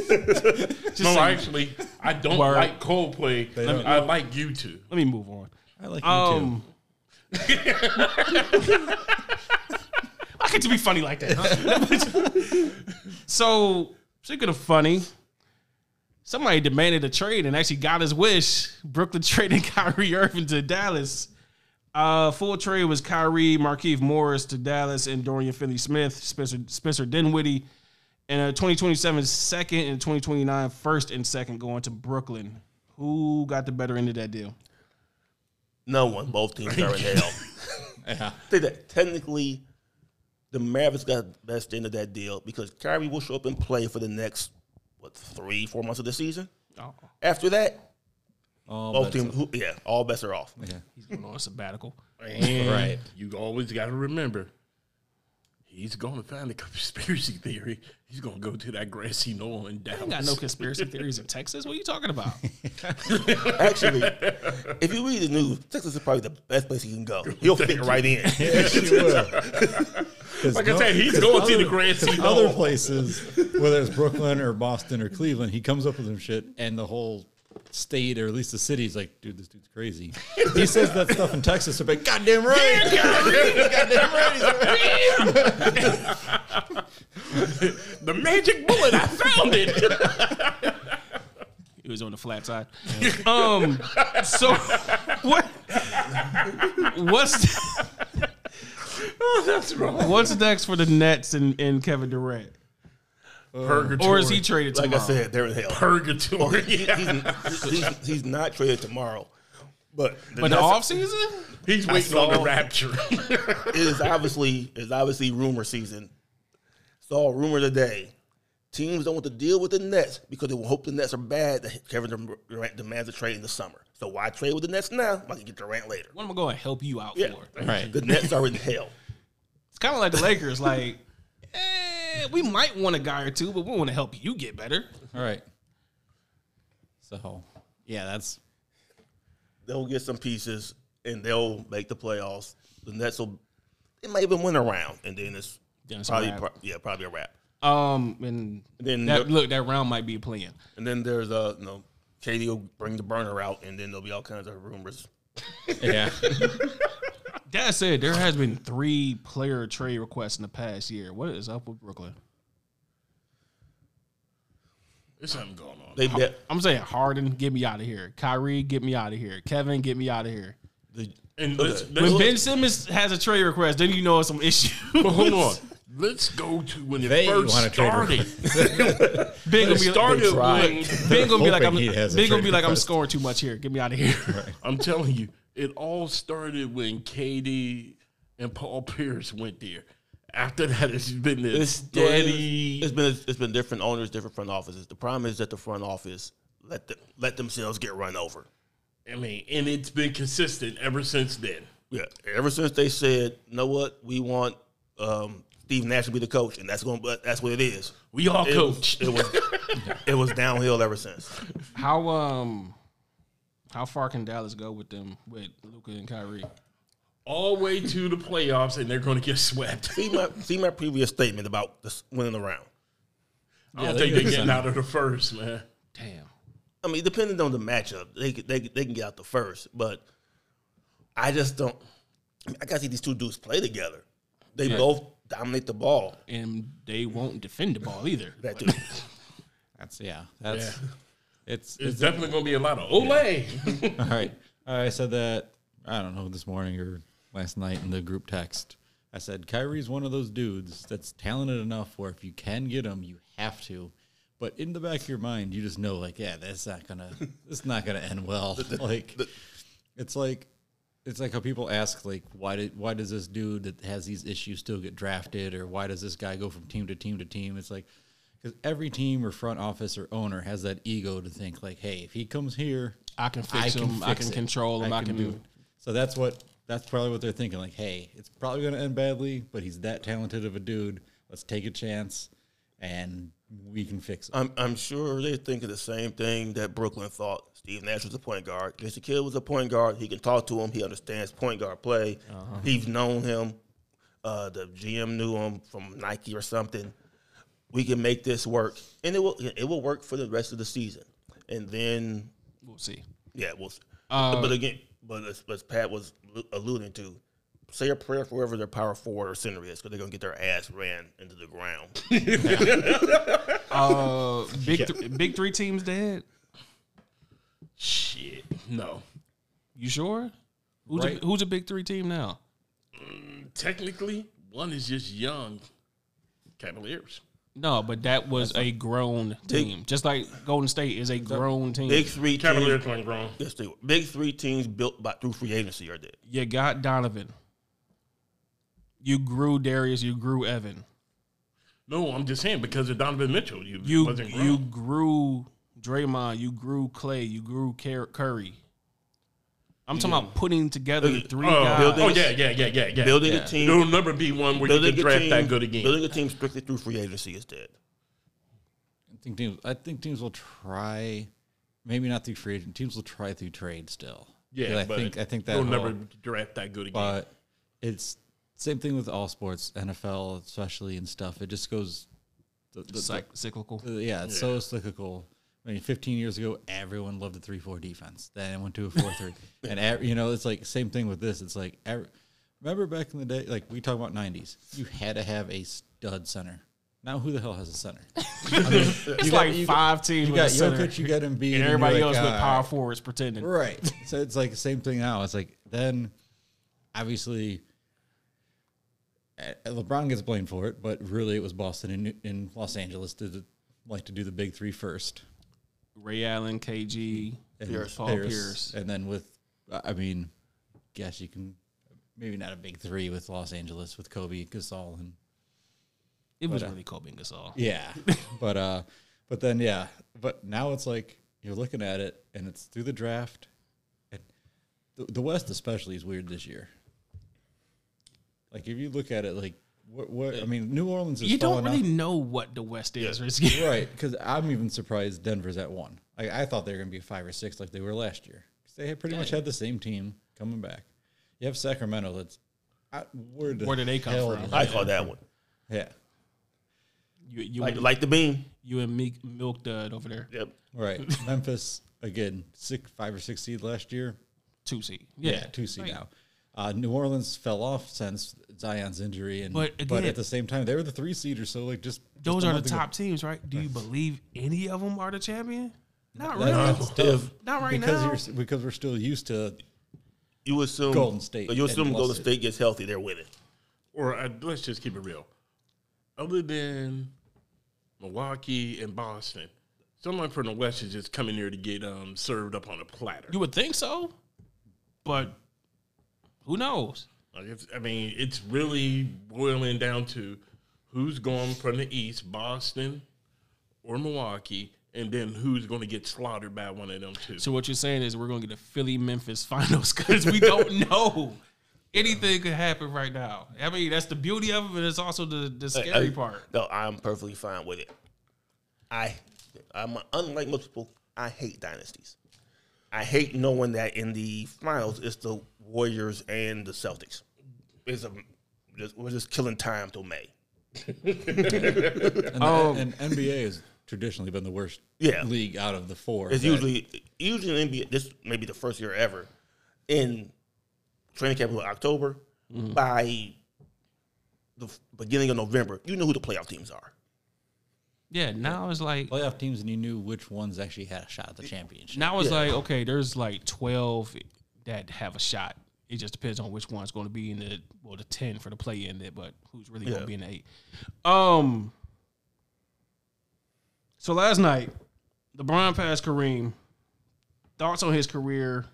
D: No, actually, I don't
A: Word.
D: like Coldplay.
C: don't.
D: I like you two.
A: Let me move on.
C: I like you
A: Um, I get to be funny like that. huh? so, speaking of funny, somebody demanded a trade and actually got his wish. Brooklyn traded Kyrie Irving to Dallas. Uh, full trade was Kyrie, Markeith Morris to Dallas, and Dorian Finney Smith, Spencer, Spencer Dinwiddie, and a 2027 second and 2029 first and second going to Brooklyn. Who got the better end of that deal?
B: No one. Both teams are in hell. Say that technically, the Mavericks got the best end of that deal because Kyrie will show up and play for the next what three, four months of the season.
A: Oh.
B: After that,
C: too. Um,
B: both teams, who, yeah, all bets are off.
A: He's going on a sabbatical.
D: And
C: Right.
D: You always got to remember, he's going to find a conspiracy theory. He's going to go to that grassy knoll in Dallas.
A: I ain't got no conspiracy theories in Texas. What are you talking about?
B: Actually, if you read the news, Texas is probably the best place you can go. He'll fit right in.
C: like
D: I said, he's going to the Grand Sea
C: Other
D: Bowl.
C: places, whether it's Brooklyn or Boston or Cleveland, he comes up with some shit, and the whole state or at least the city's like, dude, this dude's crazy. he says that stuff in Texas, but goddamn right, goddamn right, he's right.
D: The magic bullet, I found it.
A: He was on the the flat side. Um, so what? What's
D: Oh, that's wrong.
A: what's next for the Nets and, and Kevin Durant,
D: Purgatory.
A: or is he traded
B: Like
A: tomorrow?
B: I said, they're in hell.
D: purgatory?
B: He- he's, he's, he's not traded tomorrow, but the
A: but the
B: Nets-
A: offseason?
D: He's waiting on the rapture.
B: it is obviously it's obviously rumor season. Saw a rumor today. Teams don't want to deal with the Nets because they will hope the Nets are bad. That Kevin Durant demands a trade in the summer. So why trade with the Nets now? I can get Durant later.
A: What am I going to help you out
B: Yeah.
A: for?
C: Right.
B: The Nets are in hell.
A: It's kind of like the Lakers. Like, eh, we might want a guy or two, but we want to help you get better.
C: All right. So, yeah, that's
B: They'll get some pieces and they'll make the playoffs. The Nets will. They might even win a round, and then it's
A: Then it's a
B: probably
A: wrap.
B: pro- yeah, probably a wrap.
A: Um, and
B: Then
A: that
B: the-
A: look that round might be playing.
B: and then there's uh, you know, Katie will bring the burner out, and then there'll be all kinds of rumors.
C: yeah.
A: That said, there has been three player trade requests in the past year. What is up with Brooklyn?
D: There's something going on.
B: They bet
A: I'm saying Harden, get me out of here. Kyrie, get me out of here. Kevin, get me out of here.
B: the,
D: And let's,
B: Okay.
D: let's,
A: When Ben Simmons has a trade request, then you know it's some issue.
D: but hold on. Let's go to when it
E: They
D: first
E: wanna trade
D: started.
A: Ben gonna
D: It
A: be,
D: started
E: tried.
D: when
A: ben gonna be like,
E: Hoping
A: I'm,
E: he has a
A: ben gonna
E: trade
A: be like, I'm
E: request.
A: scoring too much here. Get me out of here.
D: I'm telling you, it all started when KD and Paul Pierce went there. After that, it's been this
B: It's
D: steady.
B: It's been it's been different owners, different front offices. The problem is that the front office let them, let themselves get run over.
D: I mean, and it's been consistent ever since then.
B: Yeah, ever since they said, "Know what? We want um, Steve Nash to be the coach," and that's going, but that's what it is.
D: We all
B: It
D: coach.
B: was, it was it was downhill ever since.
A: How um how far can Dallas go with them with Luca and Kyrie?
D: all the way to the playoffs, and they're going to get swept.
B: See my see my previous statement about this winning the round.
D: I don't
C: they
D: think
C: do
D: they're getting
C: something.
D: out of the first, man.
A: Damn.
B: I mean, depending on the matchup, they could- they could- they can get out the first, but I just don't. I gotta see these two dudes play together. They both dominate the ball.
A: And they won't defend the ball either.
B: That too.
C: That's yeah. That's it's
D: It's
C: it's
D: definitely going to be a lot of Olay.
C: all right. Uh, I said that I don't know this morning or last night in the group text. I said Kyrie's one of those dudes that's talented enough where if you can get him, you have to. But in the back of your mind, you just know like, yeah, that's not gonna it's not gonna end well. Like it's like it's like how people ask like why did why does this dude that has these issues still get drafted or why does this guy go from team to team to team it's like because every team or front office or owner has that ego to think like hey if he comes here
A: I can fix him. I
C: fix
A: can
C: it.
A: control him. I can,
C: do it so that's what that's probably what they're thinking like hey it's probably going to end badly but he's that talented of a dude let's take a chance and we can fix it
B: I'm, I'm sure they think of the same thing that Brooklyn thought. Steve Nash was a point guard. Jason Kidd was a point guard. He can talk to him. He understands point guard play. He's known him. Uh, the GM knew him from Nike or something. We can make this work, and it will. It will work for the rest of the season, and then
A: We'll see.
B: yeah, we'll. see. but again, but as, as Pat was allu- alluding to, say a prayer for whoever their power forward or center is, because they're gonna get their ass ran into the ground.
A: Uh, big th- big three teams dead.
D: Shit. No.
A: You sure? Who's
C: Right.
A: a, who's a big three team now?
D: Technically, one is just young Cavaliers.
A: No, but that was a grown team. Just like Golden State is a grown team.
B: Big three teams
D: Cavaliers went wrong.
B: Yes, they were. Big three teams built by through free agency are dead.
A: you got Donovan. You grew Darius. You grew Evan.
D: No, I'm just saying because of Donovan Mitchell, you,
A: You
D: wasn't wrong.
A: you grew Draymond, you grew Clay, you grew Car- Curry. I'm talking about putting together the three
D: oh,
A: guys.
D: oh, yeah, yeah, yeah, yeah, yeah.
B: Building
C: Yeah.
B: a team,
D: There'll never be one where you
B: building
D: can draft
B: team,
D: that good again.
B: Building a team strictly through free agency is dead.
C: I think teams I think teams will try maybe not through free agent teams will try through trade still
D: yeah,
C: 'Cause I
D: but
C: think I think that
D: they'll
C: whole-
D: never draft that good again.
C: but it's same thing with all sports, NFL especially and stuff. It just goes, the, the,
A: Cyc- cyclical.
C: the- Uh, yeah, it's so cyclical. I mean, 15 years ago, everyone loved the three-four defense. Then it went to a four-three, and ev- you know, it's like same thing with this. It's like ev- remember back in the day, like we talk about 90s, you had to have a stud center. Now who the hell has a center?
A: It's like five teams
E: You
A: with a
E: got
A: center,
E: Jokic, you got Embiid,
A: and
E: you're
A: everybody
E: like,
A: else with
C: uh,
E: "Ah,
A: power forwards pretending.
E: Right.
C: so it's like the same thing now. It's like then, obviously, eh, LeBron gets blamed for it, but really it was Boston and, and Los Angeles did the, like to do the big three first.
A: Ray Allen, KG,
C: And
A: Pierce, Paul Pierce.
C: and then with, I I mean, guess you can maybe not a big three with Los Angeles with Kobe, Gasol, and
A: It was really Kobe and Gasol.
C: uh, Yeah. but uh but then yeah, but now it's like you're looking at it and it's through the draft and the, the West especially is weird this year. Like if you look at it like what what I mean New Orleans is
A: You don't
C: falling
A: really
C: off-
A: know what the West is, Risky.
C: right cuz I'm even surprised Denver's at 1. Like I thought they were going to be 5 or 6 like they were last year. 'Cause They had pretty much had the same team coming back. You have Sacramento that's I, where, the
A: Where did they come
C: hell
A: from?
C: did
B: I call that one.
C: Yeah.
A: You, you,
B: Like
A: and-
B: like the beam.
A: you and Meek Milk Dud over there,
B: Yep.
C: Right. Memphis again, six, five or six seed last year.
A: two seed.
C: Yeah, two seed now. Uh, New Orleans fell off since Zion's injury, and
A: But
C: but,
A: again-
C: at the same time, they were the three seeder. So like, just
A: Those
C: just a
A: are the
C: month ago-
A: top teams, right? Do you believe any of them are the champion? Not
C: That-
A: really.
C: that's tough.
A: Not right
C: because
A: now.
C: you're s- because we're still used to
B: You assume
C: Golden State
B: You
C: and
B: assume Golden
C: Boston.
B: State gets healthy, they're winning.
D: Or uh, let's just keep it real. Other than Milwaukee and Boston, someone from the West is just coming here to get um, served up on a platter.
A: You would think so, but who knows?
D: Like it's, I mean, it's really boiling down to who's going from the East, Boston or Milwaukee, and then who's going to get slaughtered by one of them two.
A: So what you're saying is we're gonna get a Philly Memphis finals because we don't know. Anything could happen right now. I mean, that's the beauty of it, but it's also the, the scary
B: I-
A: part.
B: No, I'm perfectly fine with it. I, I'm unlike most people. I hate dynasties. I hate knowing that in the finals it's the Warriors and the Celtics. It's a, just, we're just killing time till May.
C: and, and NBA has traditionally been the worst
B: Yeah.
C: league out of the four.
B: It's
C: that-
B: usually usually in NBA. This may be the first year ever in training camp in October. By the f- beginning of November, you know who the playoff teams are.
A: Yeah, now it's like
C: playoff teams, and you knew which ones actually had a shot at the championship.
A: now it's like okay, there's like twelve that have a shot. It just depends on which one's going to be in the well, the ten for the play in there, but who's really going to
B: Yeah.
A: be in the eight? Um. So last night, LeBron passed Kareem. Thoughts on his career,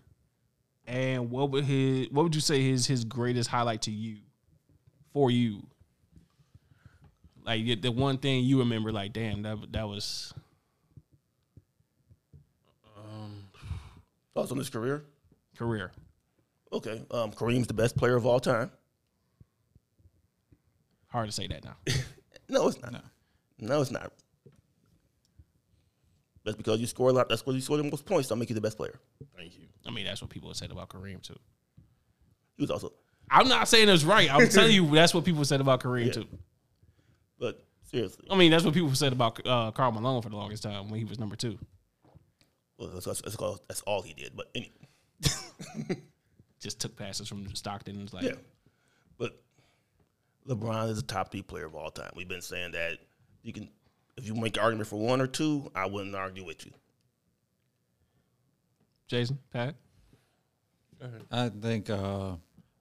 A: and what would his what would you say his his greatest highlight to you, for you? Like the one thing you remember, like damn, that that was
B: Thoughts on his career?
A: career.
B: Okay, um, Kareem's the best player of all time.
A: Hard to say that now.
B: No, it's not. No, it's not. That's because you score a lot. That's because you score the most points. Don't make you the best player.
D: Thank you.
A: I mean, that's what people said about Kareem too.
B: He was also,
A: I'm not saying it's right. I'm telling you, that's what people said about Kareem too.
B: but seriously,
A: I mean, that's what people said about uh, Carl Malone for the longest time when he was number two.
B: well, that's, that's, that's all- that's all he did. But any,
A: Just took passes from Stockton. and was like,
B: yeah, but LeBron is a top three player of all time. We've been saying that. You can, if you make an argument for one or two, I wouldn't argue with you.
A: Jason, Pat,
C: I think uh,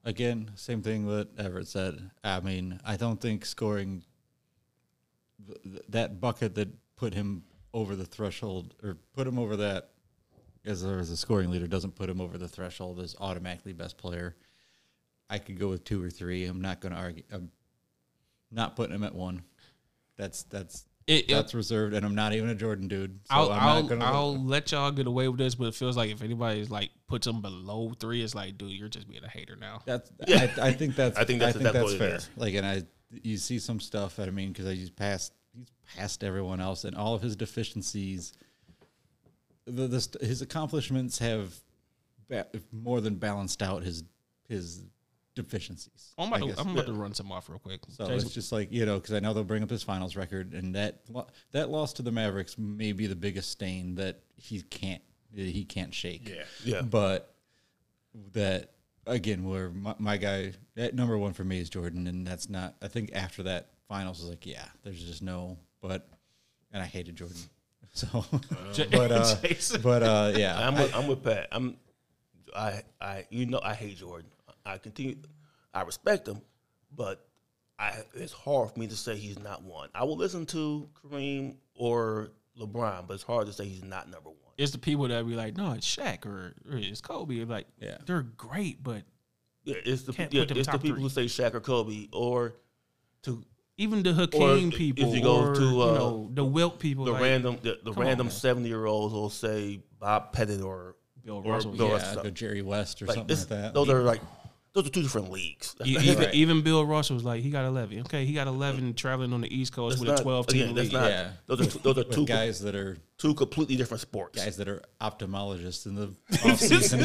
C: again, same thing that Everett said. I mean, I don't think scoring th- th- that bucket that put him over the threshold or put him over that as a, as a scoring leader doesn't put him over the threshold as automatically best player. I could go with two or three. I'm not going to argue. I'm not putting him at one. That's that's
A: It- it-
C: that's reserved, and I'm not even a Jordan dude. So
A: I'll
C: I'm
A: I'll,
C: not gonna,
A: I'll let y'all get away with this, but it feels like if anybody's like puts him below three, it's like, dude, you're just being a hater now.
C: That's I, I think that's I think that's,
B: exactly what it
C: fair.
B: is.
C: Like, and I you see some stuff. I mean, because he's passed he's passed everyone else, and all of his deficiencies, the, the st- his accomplishments have ba- more than balanced out his his deficiencies.
A: I'm about,
C: I
A: to,
C: guess.
A: Oh I'm about to run some off real quick.
C: so
A: Jason,
C: it's just like you know, because I know they'll bring up his finals record, and that lo- that loss to the Mavericks may be the biggest stain that he can't he can't shake
D: Yeah.
B: Yeah,
C: but that again, where my, my guy at number one for me is Jordan, and that's not. I think after that finals was like, yeah, there's just no. But and I hated Jordan, so
E: But uh,
A: Jason.
E: but uh, yeah,
B: I'm with, I'm with Pat. I'm I I you know I hate Jordan. I continue I respect him, but I it's hard for me to say he's not one. I will listen to Kareem or LeBron, but it's hard to say he's not number one.
A: It's the people that be like, no, it's Shaq or, or it's Kobe. You're Like,
C: Yeah.
A: they're great, but
B: Yeah, it's the
A: Can't
B: yeah,
A: put them
B: it's the
A: top
B: people
A: three.
B: who say Shaq or Kobe or to
A: even the Hakeem
B: if
A: people,
B: you go
A: or,
B: to,
A: you
B: uh,
A: know, the Wilt people,
B: the
A: like
B: random the, the
A: come on,
B: random
A: man.
B: seventy year olds will say Bob Pettit or
A: Bill
B: or
A: Russell.
B: Bill
A: yeah.
B: Russell.
C: yeah,
B: so-
C: go Jerry West or
B: like
C: something
B: this-
C: like that.
B: those are like those are two different leagues.
A: E- Even, even Bill Russell was like, he got 11. Okay, he got 11 traveling on the East Coast
B: That's
A: with a
B: not-
A: 12
B: again,
A: team
B: that's
A: league.
B: not-
C: yeah,
B: Those are two, those are
C: with
B: two
C: guys that are
B: two completely different sports.
C: guys that are ophthalmologists in the offseason.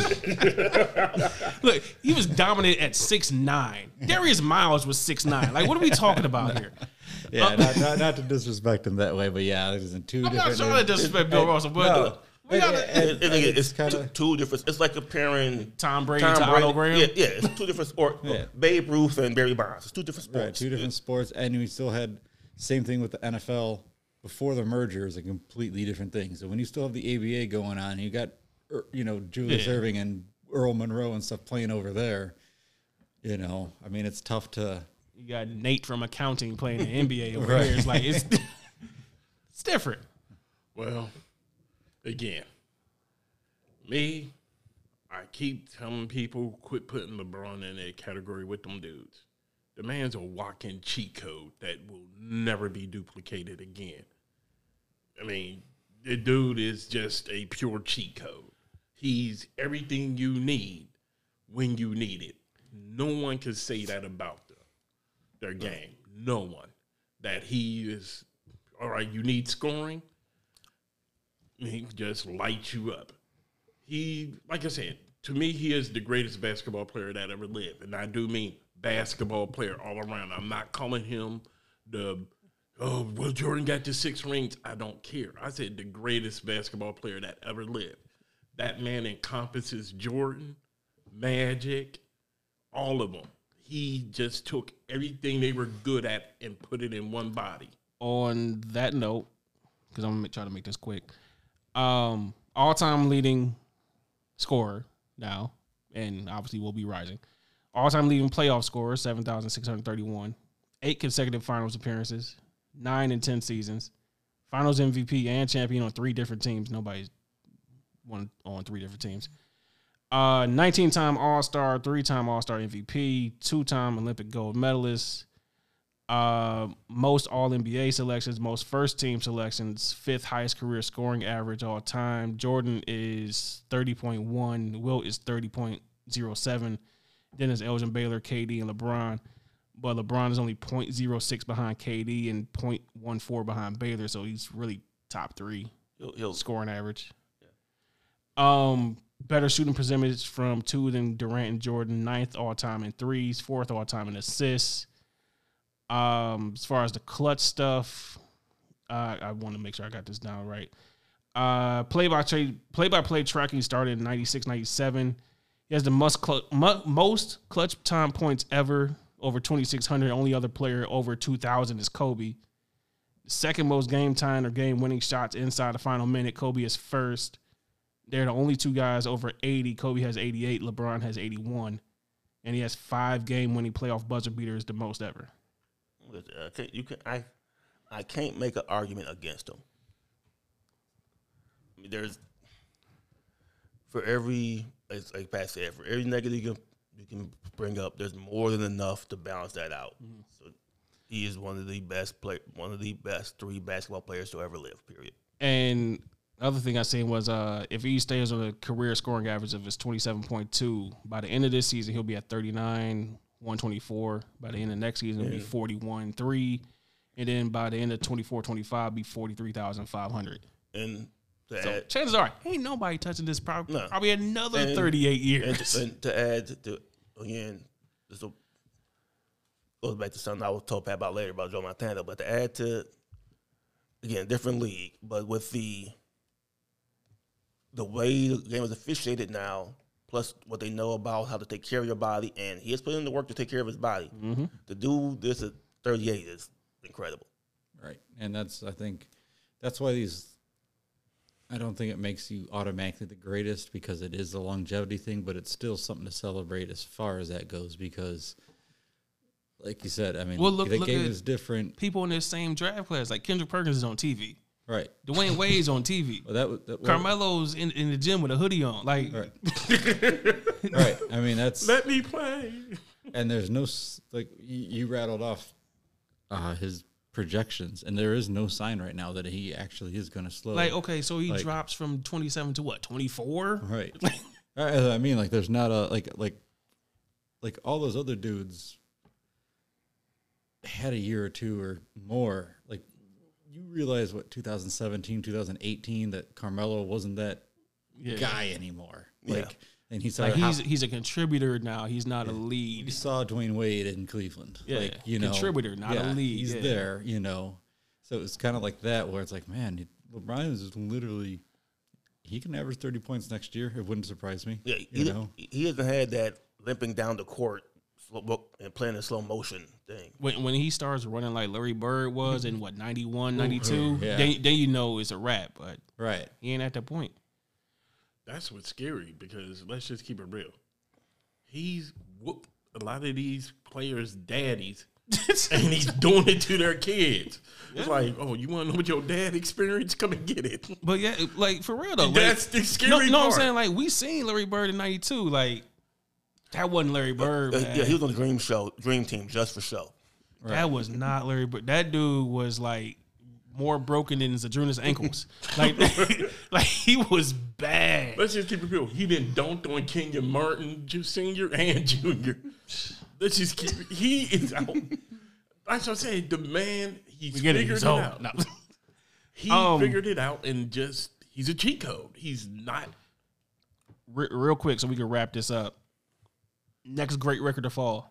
A: Look, he was dominant at six nine. Darius Miles was six nine. Like, what are we talking about here?
C: yeah,
E: not, not, not to disrespect him that way, but yeah, there's two
A: I'm not
C: different.
A: trying to disrespect Bill Russell, but
E: no.
A: we got to
B: It- it- it's
E: kinda-
B: two different. It's like comparing
A: Tom Brady to Otto Graham?
B: Yeah, yeah, it's two different sports. Babe Ruth and Barry Bonds. It's two different sports.
E: Right, two different sports, and we still had same thing with the NFL before the merger is a completely different thing. So when you still have the ABA going on, you got er, you know Julius Irving and Earl Monroe and stuff playing over there. You know, I mean, it's tough to
A: You got Nate from accounting playing in the NBA over here. It's like it's it's different.
D: Well, again, me, I keep telling people quit putting LeBron in that category with them dudes. The man's a walking cheat code that will never be duplicated again. I mean, the dude is just a pure cheat code. He's everything you need when you need it. No one can say that about them their game. No one. That he is all right, you need scoring. He just lights you up. He like I said, to me he is the greatest basketball player that ever lived. And I do mean basketball player all around. I'm not calling him the oh well Jordan got the six rings. I don't care. I said the greatest basketball player that ever lived. That man encompasses Jordan, Magic, all of them. He just took everything they were good at and put it in one body.
A: On that note, because I'm gonna try to make this quick. Um, all time leading scorer now, and obviously will be rising. All time leading playoff scorer, seven thousand six hundred thirty one. Eight consecutive finals appearances, nine and ten seasons, finals MVP and champion on three different teams. Nobody's won on three different teams. Uh, 19 time All Star, three time All Star MVP, two time Olympic gold medalist, uh, most All NBA selections, most first team selections, fifth highest career scoring average all time. Jordan is 30.1, Will is 30.07, then is Elgin Baylor, KD, and LeBron. But LeBron is only 0.06 behind KD and 0.14 behind Baylor, so he's really top three
B: He'll, he'll-
A: scoring average. Um, better shooting percentage from two than Durant and Jordan, ninth all time in threes, fourth all time in assists. Um, as far as the clutch stuff, uh, I want to make sure I got this down right. Uh, play by play, play by play tracking started in 96, 97. He has the most clutch, mu- most clutch time points ever, over 2,600. Only other player over 2,000 is Kobe second most game time or game winning shots inside the final minute. Kobe is first. They're the only two guys over 80. Kobe has 88. LeBron has 81. And he has five game winning playoff buzzer beaters, the most ever.
B: I can't, you can I I can't make an argument against him. I mean, there's for every it's like Pat said, for every negative you can you can bring up, there's more than enough to balance that out. So he is one of the best play one of the best three basketball players to ever live. Period.
A: And the other thing I seen was uh, if he stays on a career scoring average of his 27.2, by the end of this season, he'll be at 39, 124. By the end of next season, it'll be 41, 3. And then by the end of 24, 25, be 43,500.
B: And to
A: So
B: add,
A: chances are, ain't nobody touching this prob-
B: No.
A: probably another
B: And-
A: 38
B: and,
A: years.
B: and to add to again, this will- goes back to something I was told Pat about later about Joe Montana. But to add to again, different league, but with the the way the game is officiated now, plus what they know about how to take care of your body, and he has put in the work to take care of his body.
C: Mm-hmm.
B: To do this at 38 is incredible.
C: Right. And that's, I think, that's why these, I don't think it makes you automatically the greatest because it is the longevity thing, but it's still something to celebrate as far as that goes because, like you said, I mean,
A: Well, look-
C: the
A: look
C: game
A: at-
C: is different.
A: People in their same draft class, like Kendrick Perkins is on TV,
C: Right.
A: Dwayne Wade's on TV,
C: Well, that, was- that well,
A: Carmelo's in, in the gym with a hoodie on. Like,
C: Right. right. I mean, that's,
D: Let me play.
C: and there's no, s- like, you, you rattled off uh, his projections, and there is no sign right now that he actually is going to slow.
A: like oh. okay, so he
C: Like-
A: drops from twenty seven to what twenty four?
C: Right. I I mean, like, there's not a like like like all those other dudes had a year or two or more. Like, you realize what 2017, 2018 that Carmelo wasn't that guy anymore. Like, and he saw
A: Like
C: how-
A: he's he's a contributor now. He's not a
C: you
A: lead.
C: saw Dwayne Wade in Cleveland.
A: Yeah,
C: like, you know,
A: contributor, not a lead,
C: He's
A: yeah.
C: there, you know. So it's kind of like that, where it's like, man, it- LeBron is literally. He can average thirty points next year. It wouldn't surprise me.
B: Yeah, he,
C: you know.
B: he hasn't had that limping down the court slow, mo- and playing in slow motion thing.
A: When, when he starts running like Larry Bird was in what 91, 92,
C: Yeah.
A: then, then you know it's a wrap. But
C: Right.
A: he ain't at that point.
D: That's what's scary because let's just keep it real. He's whooped a lot of these players' daddies, and he's doing it to their kids. It's like, oh, you want to know what your dad experienced? Come and get it.
A: But yeah, it- like for real though,
D: That's
A: like,
D: the scary
A: No, no, I'm
D: part.
A: saying like we seen Larry Bird in '92. Like that wasn't Larry Bird.
B: Uh,
A: man.
B: yeah, he was on the Dream Show, Dream Team, just for show.
A: That was not Larry Bird. That dude was like more broken than Zadrunas' ankles. like, like he was bad.
D: Let's just keep it real. He didn't dunked on Kenyon Martin, Ju- senior and junior. Let's just keep. It. He is out. That's what I'm saying. The man, he's
A: We get it.
D: figured
A: He's
D: it
A: old.
D: out.
A: No.
D: He
A: Um,
D: figured it out and just he's a cheat code. He's not
A: Re- real quick, so we can wrap this up. Next great record to fall.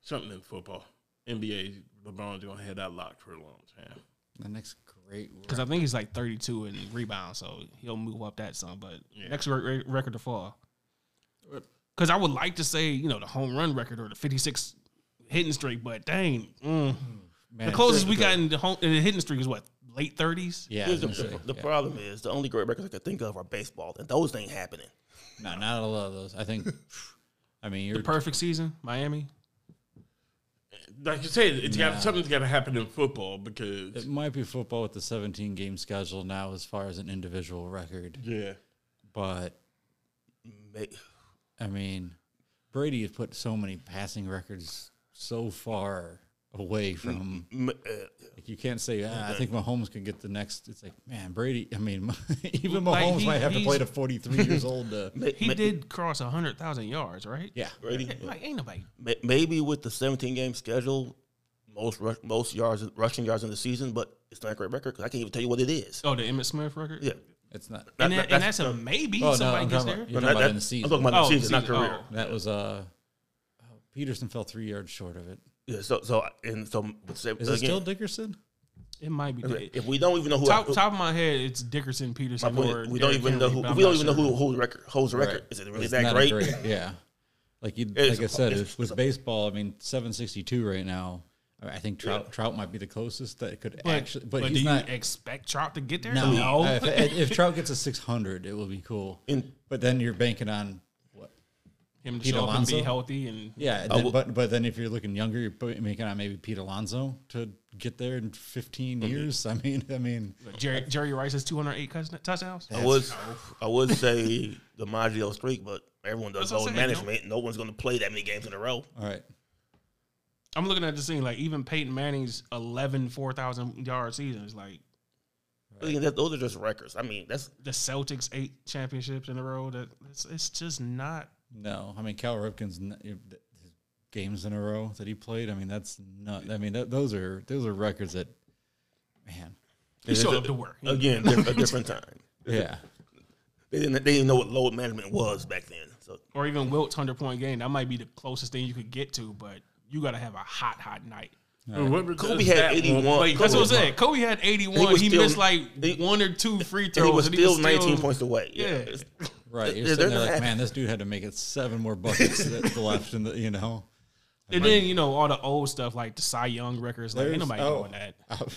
D: something in football. NBA LeBron's gonna have that locked for a long time.
C: The next great
A: Because I think he's like 32 in rebound, so he'll move up that some. But next re- re- record to fall. Because I would like to say, you know, the home run record or the 56 hitting streak, but dang. mm. The closest we got in the, home, in the hitting streak is what, late 30s?
C: Yeah, I
B: Here's
C: was
B: the
C: gonna say,
B: the
C: yeah.
B: problem is the only great records I could think of are baseball, and those ain't happening.
C: no, not a lot of those. I think. I mean, you're
A: Perfect season, Miami.
D: Like you said, it's got something's gotta happen in football because
C: it might be football with the 17 game schedule now, as far as an individual record.
D: yeah.
C: But
B: May-
C: I mean, Brady has put so many passing records so far away from.
B: m- uh,
C: Like you can't say, ah, I think Mahomes could get the next. It's like, man, Brady. I mean, even Mahomes
A: Like, he-
C: might have to
A: he's-
C: play to 43 years old. To,
B: may-
A: He
B: may-
A: did cross 100,000 yards, right?
C: yeah,
B: Brady,
A: Like, ain't nobody.
B: may- maybe with the 17 game schedule, most rush, most yards rushing yards in the season, but it's not a great record because I can't even tell you what it is.
A: Oh, the Emmett Smith record?
B: Yeah,
C: it's not.
A: And, that,
B: That-
A: and
B: that's-
A: that's a maybe
C: Oh no,
A: somebody
C: I'm
A: gets
C: talking
A: there.
C: about, you're talking about in the
B: I'm
C: season.
B: talking about
A: Oh,
B: the season, not
A: season.
B: career.
A: Oh.
C: That was uh, oh, Peterson fell three yards short of it.
B: Yeah, so so and so but say-
C: Is
B: again,
C: it still Dickerson?
A: It might be.
B: if we don't even know who
A: top,
B: who-
A: top of my head, it's Dickerson,
B: my
A: Peterson,
B: point,
A: or
B: we don't
A: Derrick
B: even know
A: Henry,
B: who
A: but I'm
B: we don't
A: not
B: even know who who the record holds the record. Is it really
C: It's
B: that
C: not
B: great?
C: a Yeah. Like you,
B: It's-
C: like I said,
B: it's-
C: it's, with baseball, I mean, seven sixty two right now. I I think Trout Trout might be the closest that it could
A: But,
C: actually, but,
A: but do
C: he's
A: you
C: not.
A: expect Trout to get there?
C: no, Uh, If, if Trout gets a six hundred, it will be cool.
B: In-
C: but then you're banking on what?
A: Him to
C: Pete
A: show up and be
C: Alonso?
A: healthy and
C: Yeah, then- but but then if you're looking younger, you're banking on maybe Pete Alonso to get there in fifteen
B: Mm-hmm.
C: years. I mean, I mean,
A: Jerry, Jerry Rice has 208 cous- touchdowns.
B: I was I would say the Maggio streak, but everyone does
A: That's what I'm
B: load
A: saying,
B: management. No one's going to play that many games in a row.
C: all right.
A: I'm looking at the scene, like even Peyton Manning's 11 4,000 yard seasons, like
B: Again, that- those are just records. I mean, that's
A: the Celtics eight championships in a row. That it's, it's just not.
C: No, I mean Cal Ripken's n- if th- his games in a row that he played. I mean that's not. I mean th- those are those are records that, man.
A: He showed up to work.
B: again diff- a different time.
C: Yeah,
B: They didn't they didn't know what load management was back then. So
A: or even Wilt's hundred point game. That might be the closest thing you could get to, but you got to have a hot, hot night.
D: Whoever
B: Kobe
D: does
B: had
D: that won't
B: 81.
D: play
A: That's what I'm
B: Kobe-
A: saying. Kobe had eighty one.
B: was
A: He,
B: still-
A: missed like
B: he-
A: one or two free
B: and
A: throws.
B: he was
A: and
B: still 19 points away.
A: Yeah.
B: Yeah. it's-
C: Right. You're
B: They're- they're
C: sitting there like,
B: not-
C: man, this dude had to make it seven more buckets that's left in the, you know.
A: And then you know all the old stuff like the Cy Young records. Like ain't
E: There's-
A: nobody
E: oh.
A: doing that.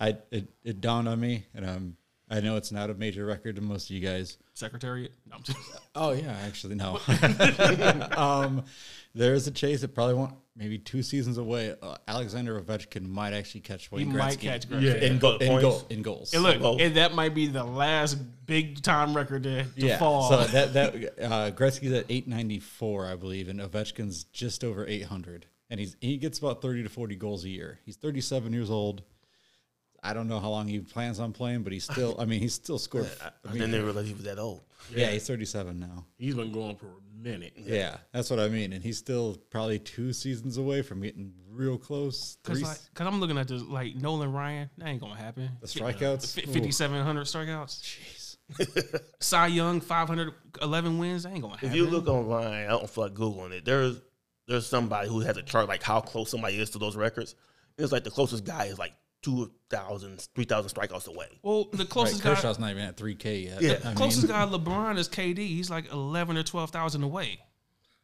C: I it, it dawned on me, and um, I know it's not a major record to most of you guys.
A: Secretariat. No, I'm just,
C: Oh yeah, actually no. um, there is a chase that probably won't. Maybe two seasons away, uh, Alexander Ovechkin might actually catch
A: he
C: Wayne Gretzky
A: might catch Gretzky.
B: in goal
C: in,
B: points.
C: goal, in goals.
A: And look,
B: Well-
A: and that might be the last big time record to, to
C: yeah.
A: fall.
C: So that that uh, Gretzky's at eight ninety four, I believe, and Ovechkin's just over eight hundred, and he's he gets about thirty to forty goals a year. He's thirty seven years old. I don't know how long he plans on playing, but he's still. I mean, he's still scored. I
B: I
C: mean,
B: didn't even realize he was that old.
C: yeah, he's thirty seven now.
D: He's been going for a minute.
C: Yeah. that's what I mean, and he's still probably two seasons away from getting real close.
A: Cause,
C: Three
A: like, i I'm looking at this like Nolan Ryan, that ain't gonna happen.
C: the strikeouts.
A: Fi-
C: Ooh,
A: 5,700 strikeouts.
C: jeez.
A: Cy Young, 511 wins. That ain't gonna happen.
B: If you look online, I don't feel like googling it. There's there's somebody who has a chart like how close somebody is to those records. It's like the closest guy is like 2,000, 3,000 strikeouts away.
A: well, the
C: Right,
A: closest guy,
C: Kershaw's not even at three K yet.
B: Yeah.
C: I mean,
A: closest guy, LeBron is KD. He's like 11 or 12,000 away,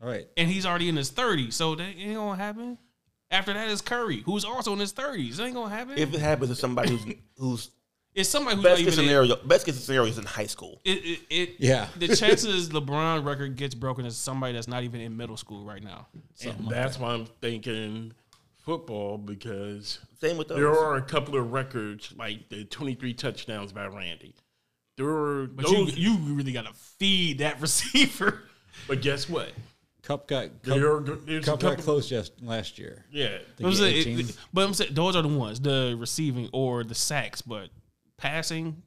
C: All right,
A: and he's already in his 30s. So that ain't gonna happen. After that is Curry, who's also in his 30s. That ain't gonna happen.
B: If it happens to somebody who's who's
A: it's somebody who's not
B: best
A: even
B: case
A: in-
B: scenario, best case scenario is in high school.
A: it, it, it,
C: Yeah.
A: The chances LeBron record gets broken is somebody that's not even in middle school right now. So
D: And that's why I'm thinking football because
B: Same with those.
D: there are a couple of records like the 23 touchdowns by Randy. There are
A: but
D: those,
A: you you really gotta feed that receiver.
D: but guess what?
C: Cup got Cup,
D: There are, there's
C: Cup
D: a
C: got
D: couple.
C: close just last year.
D: yeah,
C: They
A: But I'm,
C: get
A: saying,
C: 18.
A: it- but I'm saying those are the ones, the receiving or the sacks, but passing,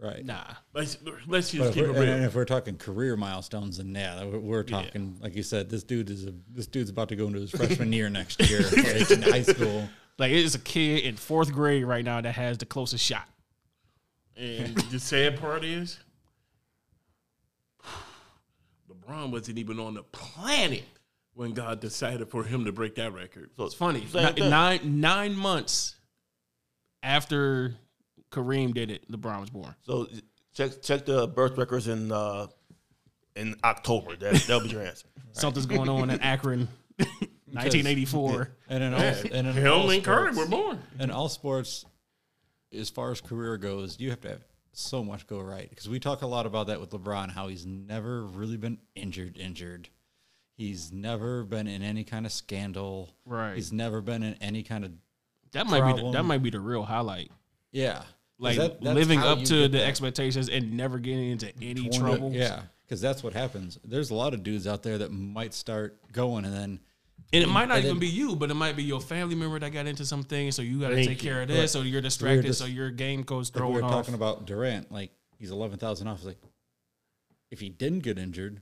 C: right.
A: nah.
D: let's, let's
C: But
D: just
C: if
D: keep it
C: we're, and- and
D: real.
C: if we're talking career milestones, then yeah, that we're, we're talking like you said. This dude is a, this dude's about to go into his freshman year next year like, in high school.
A: Like it's a kid in fourth grade right now that has the closest shot.
D: And the sad part is, LeBron wasn't even on the planet when God decided for him to break that record.
A: It's funny.
B: Same
A: Ni-
B: thing.
A: nine nine months after Kareem did it, LeBron was born.
B: So check check the birth records in uh, in October. That that'll be your answer.
A: Something's going on in Akron, 1984.
C: And in all, and in all
D: Hell and Curry
C: sports-
D: were born.
C: in all sports, as far as career goes, you have to have so much go right because we talk a lot about that with LeBron, how he's never really been injured, injured. He's never been in any kind of scandal.
A: Right.
C: He's never been in any kind of
A: That might be the,
C: Problem.
A: that might be the real highlight.
C: yeah. 'Cause
A: Like
C: that- that's
A: living
C: how
A: up
C: you
A: to
C: get
A: the
C: that
A: expectations and never getting into any
C: one of-
A: trouble.
C: Yeah, because that's what happens. There's a lot of dudes out there that might start going and then
A: And it might not
C: And
A: even
C: then-
A: be you, but it might be your family member that got into something, so you got to take care of this, so you're distracted,
C: just-
A: so your game goes
C: like we
A: thrown
C: were
A: off.
C: talking about Durant, like he's eleven thousand off. It's Like if he didn't get injured,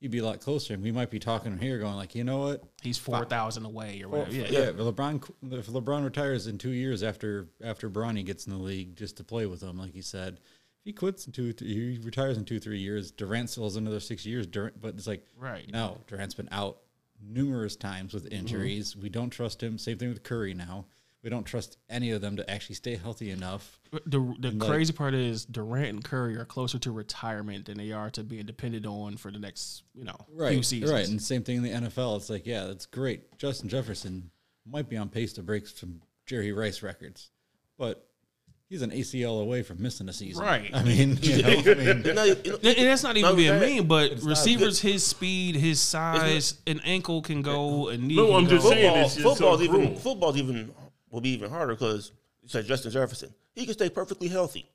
C: he'd be a lot closer, and we might be talking here, going like, you know what?
A: He's four thousand away or whatever. yeah.
C: yeah. But LeBron, if LeBron retires in two years after after Bronny gets in the league, just to play with him, like he said, if he quits in two, he retires in two three years. Durant still has another six years. Durant, but it's like
A: Right.
C: No, Durant's been out numerous times
A: Mm-hmm.
C: with injuries. We don't trust him. Same thing with Curry now. We don't trust any of them to actually stay healthy enough.
A: The the crazy part is Durant and Curry are closer to retirement than they are to being depended on for the next you know few seasons.
C: Right, and same thing in the NFL. It's like, yeah, that's great. Justin Jefferson might be on pace to break some Jerry Rice records, but he's an ACL away from missing a season.
A: Right.
C: I mean, you know, I mean,
B: You know, you know,
A: And and that's not even
B: No,
A: being
B: that-
A: mean, but receivers, his speed, his size, an ankle can go, a knee.
D: No,
A: can
D: I'm
A: go.
D: just saying.
B: football,
D: it's just so
B: football's even
D: cruel.
B: football's even will be even harder because you said Justin Jefferson. He can stay perfectly healthy.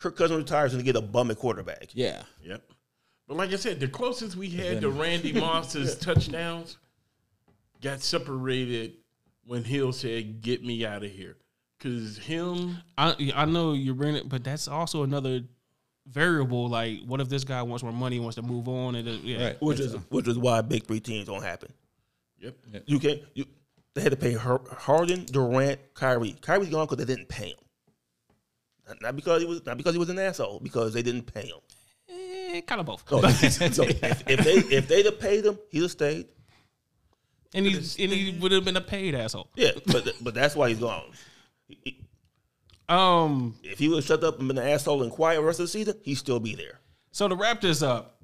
B: Kirk Cousins retires and get a bum at quarterback.
C: yeah.
D: Yep. But like I said, the closest we had to Randy Moss's touchdowns got separated when Hill said, "Get me out of here," because him
A: I I know you're bringing it, but that's also another variable. Like, what if this guy wants more money, wants to move on, and it- yeah,
C: Right.
B: Which is which is why big three teams don't happen.
D: Yep.
B: You can you they had to pay Har- Harden, Durant, Kyrie. Kyrie's gone because they didn't pay him. Not- Not because he was not because he was an asshole, because they didn't pay him.
A: Eh, kind of both.
D: Oh.
B: So if, if they if they'd have paid him, he'd have stayed.
A: and he and he would have been a paid asshole.
B: Yeah, but but that's why he's gone. He- he-
A: Um,
B: If he would have shut up and been an asshole and quiet the rest of the season, he'd still be there.
A: So to wrap this up,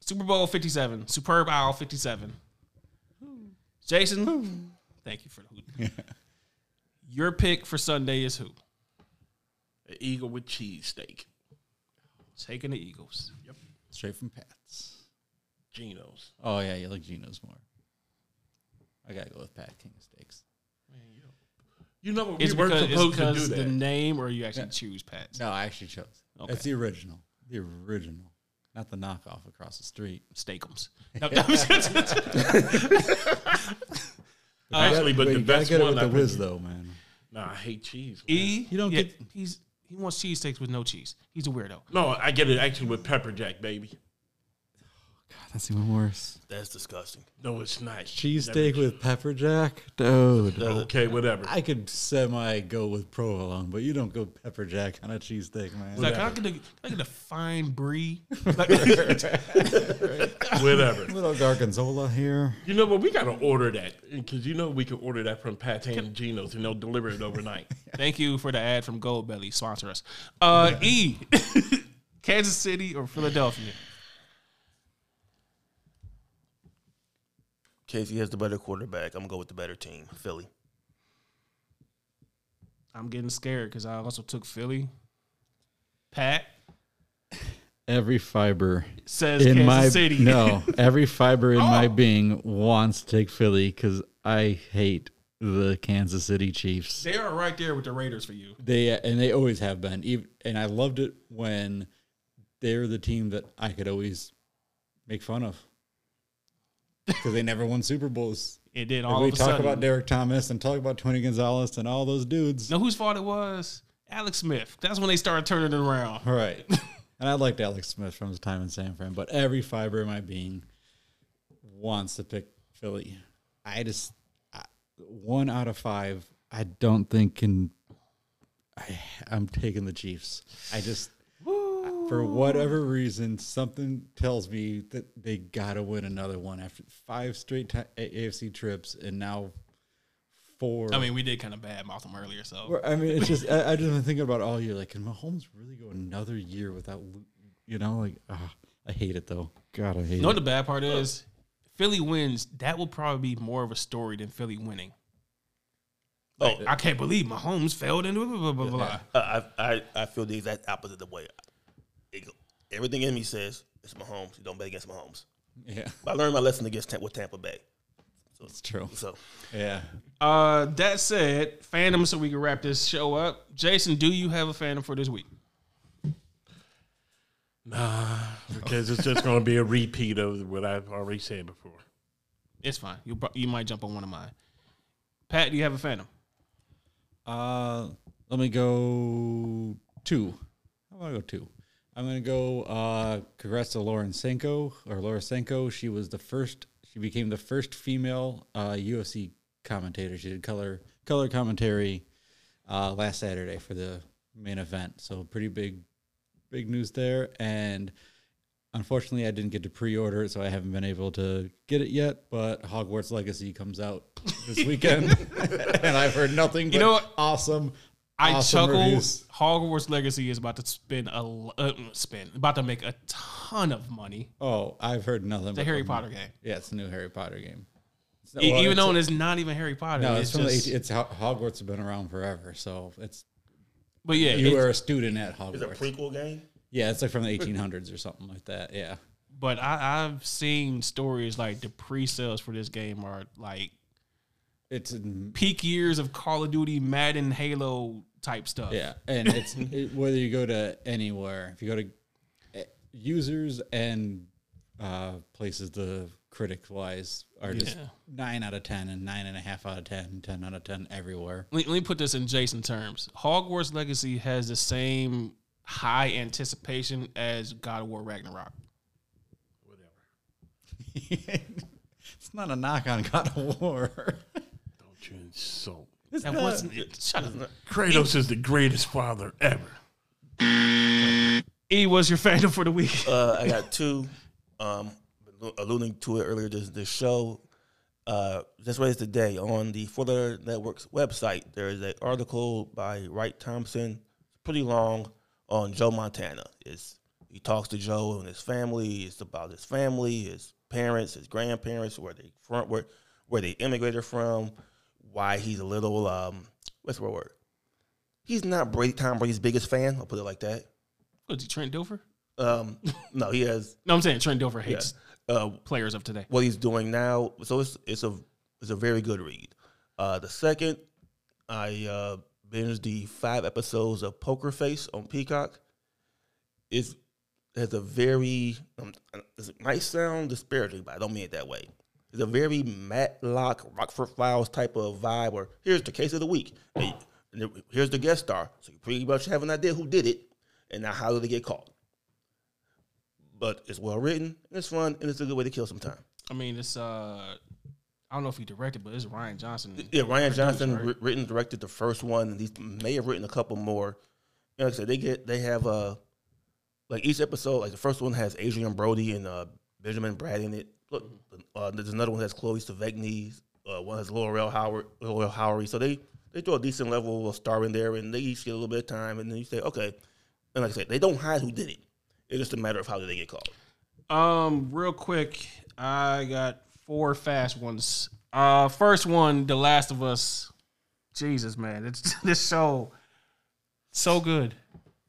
A: Super Bowl 57, Superb Owl 57. Jason, thank you for the hoot. Your pick for Sunday is who?
D: An eagle with cheesesteak.
A: Taking the Eagles.
J: Straight from Pat's.
D: Geno's.
J: Oh yeah, you like Geno's more. I gotta go with Pat King Steaks.
D: You know what?
A: It's
D: we weren't
A: because, it's
D: supposed to do
A: because the
D: that.
A: name or you actually choose Pat's.
J: No, I actually chose.
A: Okay.
J: That's the original. The original, not the knockoff across the street.
A: Steakums. No, I'm just kidding.
D: Actually, but the
C: you Uh, gotta
D: best
C: get it
D: one
C: with
D: I
C: the
D: picked-
C: whiz though, man.
D: Nah, I hate cheese. man.
A: E,
J: You don't
A: yeah,
J: get-
A: he's he wants cheesesteaks with no cheese. He's a weirdo.
D: No, I get it actually with pepper jack, baby.
J: God, that's even worse.
B: That's disgusting.
D: No, it's not
C: Cheesesteak with pepper jack, dude.
D: Okay, whatever.
C: I could semi go with provolone, but you don't go pepper jack on a cheesesteak, man.
A: He's like, can I get a, can I get a fine brie?
D: whatever.
C: little gargonzola here.
D: You know what? We gotta order that because you know we can order that from Pat and Geno's and they'll deliver it overnight.
A: Thank you for the ad from Gold Belly. Sponsor us. Uh, e, Kansas City or Philadelphia?
B: Casey has the better quarterback. I'm gonna go with the better team, Philly.
A: I'm getting scared because I also took Philly. Pat
J: Every fiber
A: says
J: in
A: Kansas
J: my
A: City.
J: no, every fiber in
A: Oh!
J: my being wants to take Philly because I hate the Kansas City Chiefs.
A: they are right there with the Raiders for you.
C: They and they always have been. Even and I loved it when they're the team that I could always make fun of because they never won Super Bowls.
A: And then
C: And
A: all
C: we
A: of a
C: talk
A: sudden,
C: about Derek Thomas and talk about Tony Gonzalez and all those dudes.
A: know whose fault it was? Alex Smith. That's when they started turning it around.
C: All right. and I liked Alex Smith from his time in San Fran, but every fiber in my being wants to pick Philly. I just I, one out of five. I don't think can. I I'm taking the Chiefs. I just for whatever reason something tells me that they gotta win another one after five straight ti- A- AFC trips and now four.
A: I mean, we did kind of badmouth them earlier, so
C: Well, I mean, it's just I, I just been thinking about it all year. Like, can Mahomes really go another year without, lo- you know, like ah, I hate it though. God, I hate
A: You know what
C: it.
A: the bad part is? Philly wins. That will probably be more of a story than Philly winning.
C: Oh.
A: Like, I can't believe Mahomes failed and blah, blah, blah, blah, blah.
B: I, I I feel the exact opposite of the way. It go- everything in me says it's Mahomes. You don't bet against Mahomes.
C: Yeah,
B: But I learned my lesson against Tam- with Tampa Bay.
C: it's true.
B: So
C: Yeah,
A: Uh, that said, fandom, so we can wrap this show up. Jason, do you have a fandom for this week?
D: nah, because it's just gonna be a repeat of what I've already said before.
A: It's fine. You pro- you might jump on one of mine. Pat, do you have a fandom?
C: Uh, let me go two. I want to go two. I'm gonna go. Uh, congrats to Lauren Senko or Laura Senko. She was the first. She became the first female uh, UFC commentator. She did color color commentary uh, last Saturday for the main event. So pretty big, big news there. And unfortunately, I didn't get to pre-order it, so I haven't been able to get it yet. But Hogwarts Legacy comes out this weekend, and I've heard nothing. But
A: know what?
C: Awesome.
A: I
C: awesome
A: chuckle.
C: reviews.
A: Hogwarts Legacy is about to spend a l- uh, spend about to make a ton of money.
C: Oh, I've heard nothing.
A: The
C: but
A: Harry
C: from-
A: Potter game,
C: Yeah, it's a new Harry Potter game. It's not-
A: E-
C: well,
A: even
C: it's-
A: though it's not even Harry Potter.
C: no,
A: it's,
C: it's, from the
A: just,
C: eight- it's Ho- Hogwarts has been around forever, so it's
A: but yeah,
C: you
A: it's-
C: are a student at
B: it's a
C: Hogwarts.
B: prequel game.
C: yeah, it's like from the 1800s or something like that. Yeah,
A: But I, I've seen stories like the pre-sales for this game are like
C: it's in-
A: peak years of Call of Duty, Madden, Halo type stuff.
C: Yeah, and it's it, whether you go to anywhere, if you go to eh, users and uh, places, the critic wise are just
A: Yeah.
C: nine out of ten and nine and a half out of 10, 10 out of ten everywhere.
A: Let, let me put this in Jason terms. Hogwarts Legacy has the same high anticipation as God of War Ragnarok.
D: Whatever.
C: it's not a knock on God of War.
D: Don't you insult.
A: That wasn't it. Shut up.
D: Kratos is the greatest father ever.
A: E was your fandom for the week.
B: Uh, I got two. Um, alluding to it earlier, this this show. Uh, just raised today on the Four Letter Network's website. There is an article by Wright Thompson. It's pretty long on Joe Montana. It's He talks to Joe and his family. It's about his family, his parents, his grandparents, where they front where where they immigrated from, why he's a little um what's the word? He's not Brady Tom Brady's biggest fan. I'll put it like that.
A: What is he, Trent Dilfer?
B: Um, no, he has
A: No, I'm saying Trent Dilfer hates
B: uh,
A: players of today.
B: what he's doing now. So it's it's a it's a very good read. Uh, the second, I uh, binged the five episodes of Poker Face on Peacock. It's has a very um, it might sound disparaging, but I don't mean it that way. It's a very Matlock Rockford Files type of vibe. Where here's the case of the week, and and here's the guest star. So you pretty much have an idea who did it, and now how did they get caught. But it's well written, and it's fun, and it's a good way to kill some time.
A: I mean, it's uh, I don't know if he directed, but it's Ryan Johnson.
B: Yeah, Ryan Johnson wri- written directed the first one, and he may have written a couple more. And like I said, they get they have uh like each episode, like the first one has Adrian Brody and uh Benjamin Brad in it. Look, uh, there's another one that has Chloe Sevigny, uh, one has Laurel Howard, Laurel Howery. So they they throw a decent level of star in there, and they each get a little bit of time, and then you say okay. And like I said, they don't hide who did it. It's just a matter of how did they get caught.
A: Um, real quick, I got four fast ones. Uh, first one, The Last of Us. Jesus, man, it's this show so good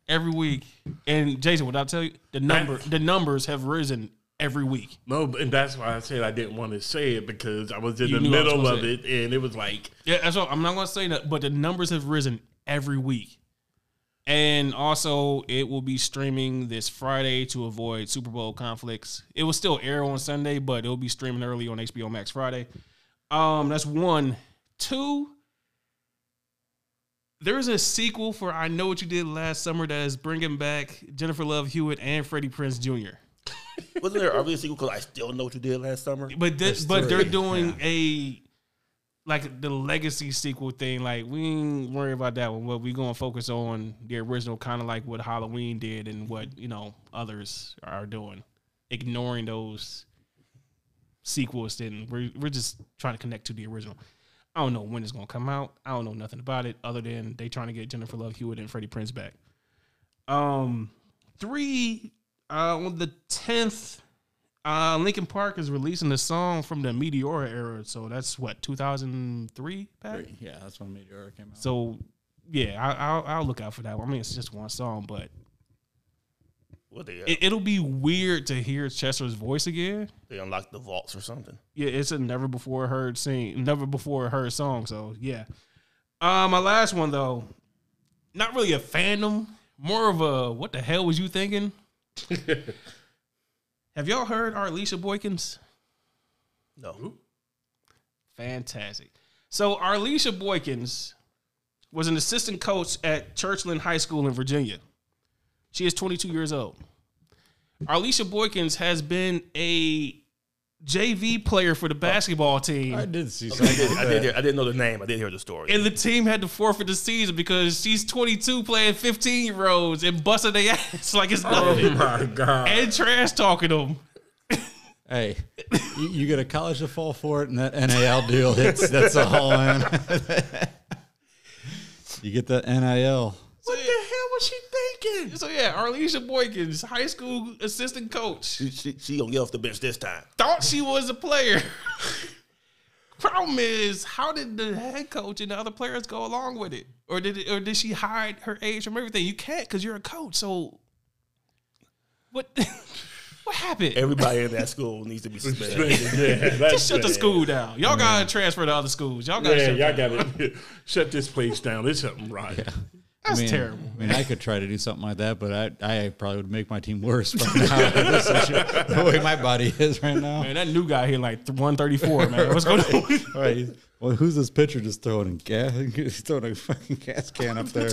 A: every week. And Jason, what I tell you, the number the numbers have risen every week.
D: No, and that's why I said I didn't want to say it because I was in
A: You knew
D: the
A: I was
D: middle
A: gonna
D: of
A: say
D: it, and it was like
A: Yeah, that's what I'm not gonna say that, but the numbers have risen every week. And also, it will be streaming this Friday to avoid Super Bowl conflicts. It will still air on Sunday, but it'll be streaming early on HBO Max Friday. Um, that's one. Two. There's a sequel for I Know What You Did Last Summer that is bringing back Jennifer Love Hewitt and Freddie Prince Jr.
B: Wasn't there already a sequel? Because I still know what you did last summer.
A: But
E: There's
A: this, but they're
E: three,
A: doing a like the legacy sequel thing. Like we ain't worry about that one. What we gonna focus on the original, kind of like what Halloween did and what you know others are doing, ignoring those sequels. Then we're we're just trying to connect to the original. I don't know when it's gonna come out. I don't know nothing about it other than they trying to get Jennifer Love Hewitt and Freddie Prince back. Um, three uh, on the tenth. Uh, Lincoln Park is releasing a song from the Meteora era, so that's what 2003 back.
E: Yeah, that's when Meteor came out.
A: So yeah, I, I'll, I'll look out for that. one. I mean, it's just one song, but
B: Well, they uh,
A: it, it'll be weird to hear Chester's voice again.
B: they unlocked the vaults or something.
A: Yeah, it's a never before heard sing, never before heard song. So yeah, uh, my last one though, not really a fandom, more of a what the hell was you thinking? Have y'all heard Arleisha Boykins?
B: No,
A: Fantastic. So Arleisha Boykins was an assistant coach at Churchland High School in Virginia. She is 22 years old. Arleisha Boykins has been a JV player for the basketball
E: I
A: team,
E: did see
B: I
E: something.
B: did. I
E: like
B: did.
E: that.
B: Hear, I didn't know the name. I did hear the story.
A: and the team had to forfeit the season because she's 22 playing 15 year olds and busting their ass like it's nothing
D: my god.
A: and trash talking them.
E: Hey, you, you get a college to fall for it, and that NIL deal hits. That's a haul in. you get that NIL.
A: What the hell was she thinking? So yeah, Arleisha Boykins, high school assistant coach.
B: She, she, she gonna get off the bench this time.
A: thought she was a player. Problem is, how did the head coach and the other players go along with it, or did it, or did she hide her age from everything? You can't because you're a coach. So what? what happened?
B: Everybody in that school needs to be suspended.
D: yeah, that's
A: Just shut the
D: bad.
A: school down. Y'all gotta transfer to other schools. Y'all gotta.
D: Yeah,
A: shut
D: y'all
A: down.
D: got to shut this place down. There's something right.
A: That's
E: I mean,
A: terrible.
E: I mean, I could try to do something like that, but I, I probably would make my team worse by now. This is the way my body is right now.
A: Man, that new guy here like 134. Man, what's going on?
E: All right. Well, who's this pitcher just throwing a gas? He's throwing a fucking gas can up there.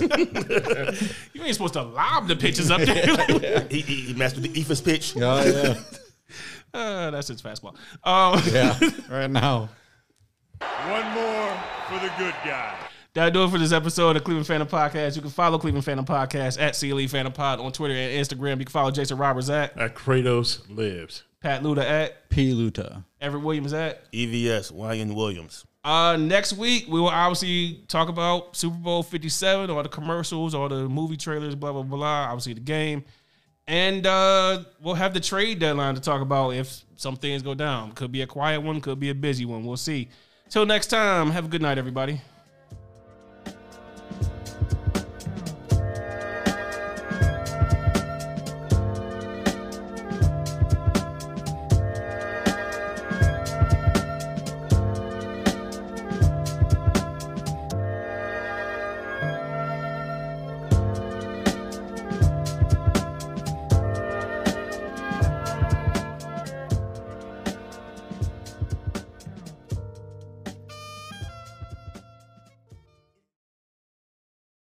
A: You ain't supposed to lob the pitches up there.
B: he, he, he mastered the EFIS pitch.
E: Oh yeah,
A: uh, that's his fastball. Um,
E: yeah. Right now,
K: One more for the good guy.
A: That'll do it for this episode of Cleveland Phantom Podcast. You can follow Cleveland Phantom Podcast at CLE Phantom Pod on Twitter and Instagram. You can follow Jason Roberts at
D: That Uh, Kratos lives.
A: Pat Luda at
E: P. Luta.
A: Everett Williams at.
B: EVS, Ryan Williams.
A: Uh, next week we will obviously talk about Super Bowl Fifty Seven, all the commercials, all the movie trailers, blah blah blah. Obviously the game, And uh, we'll have the trade deadline to talk about if some things go down. Could be a quiet one, could be a busy one. We'll see. Till next time, have a good night, everybody.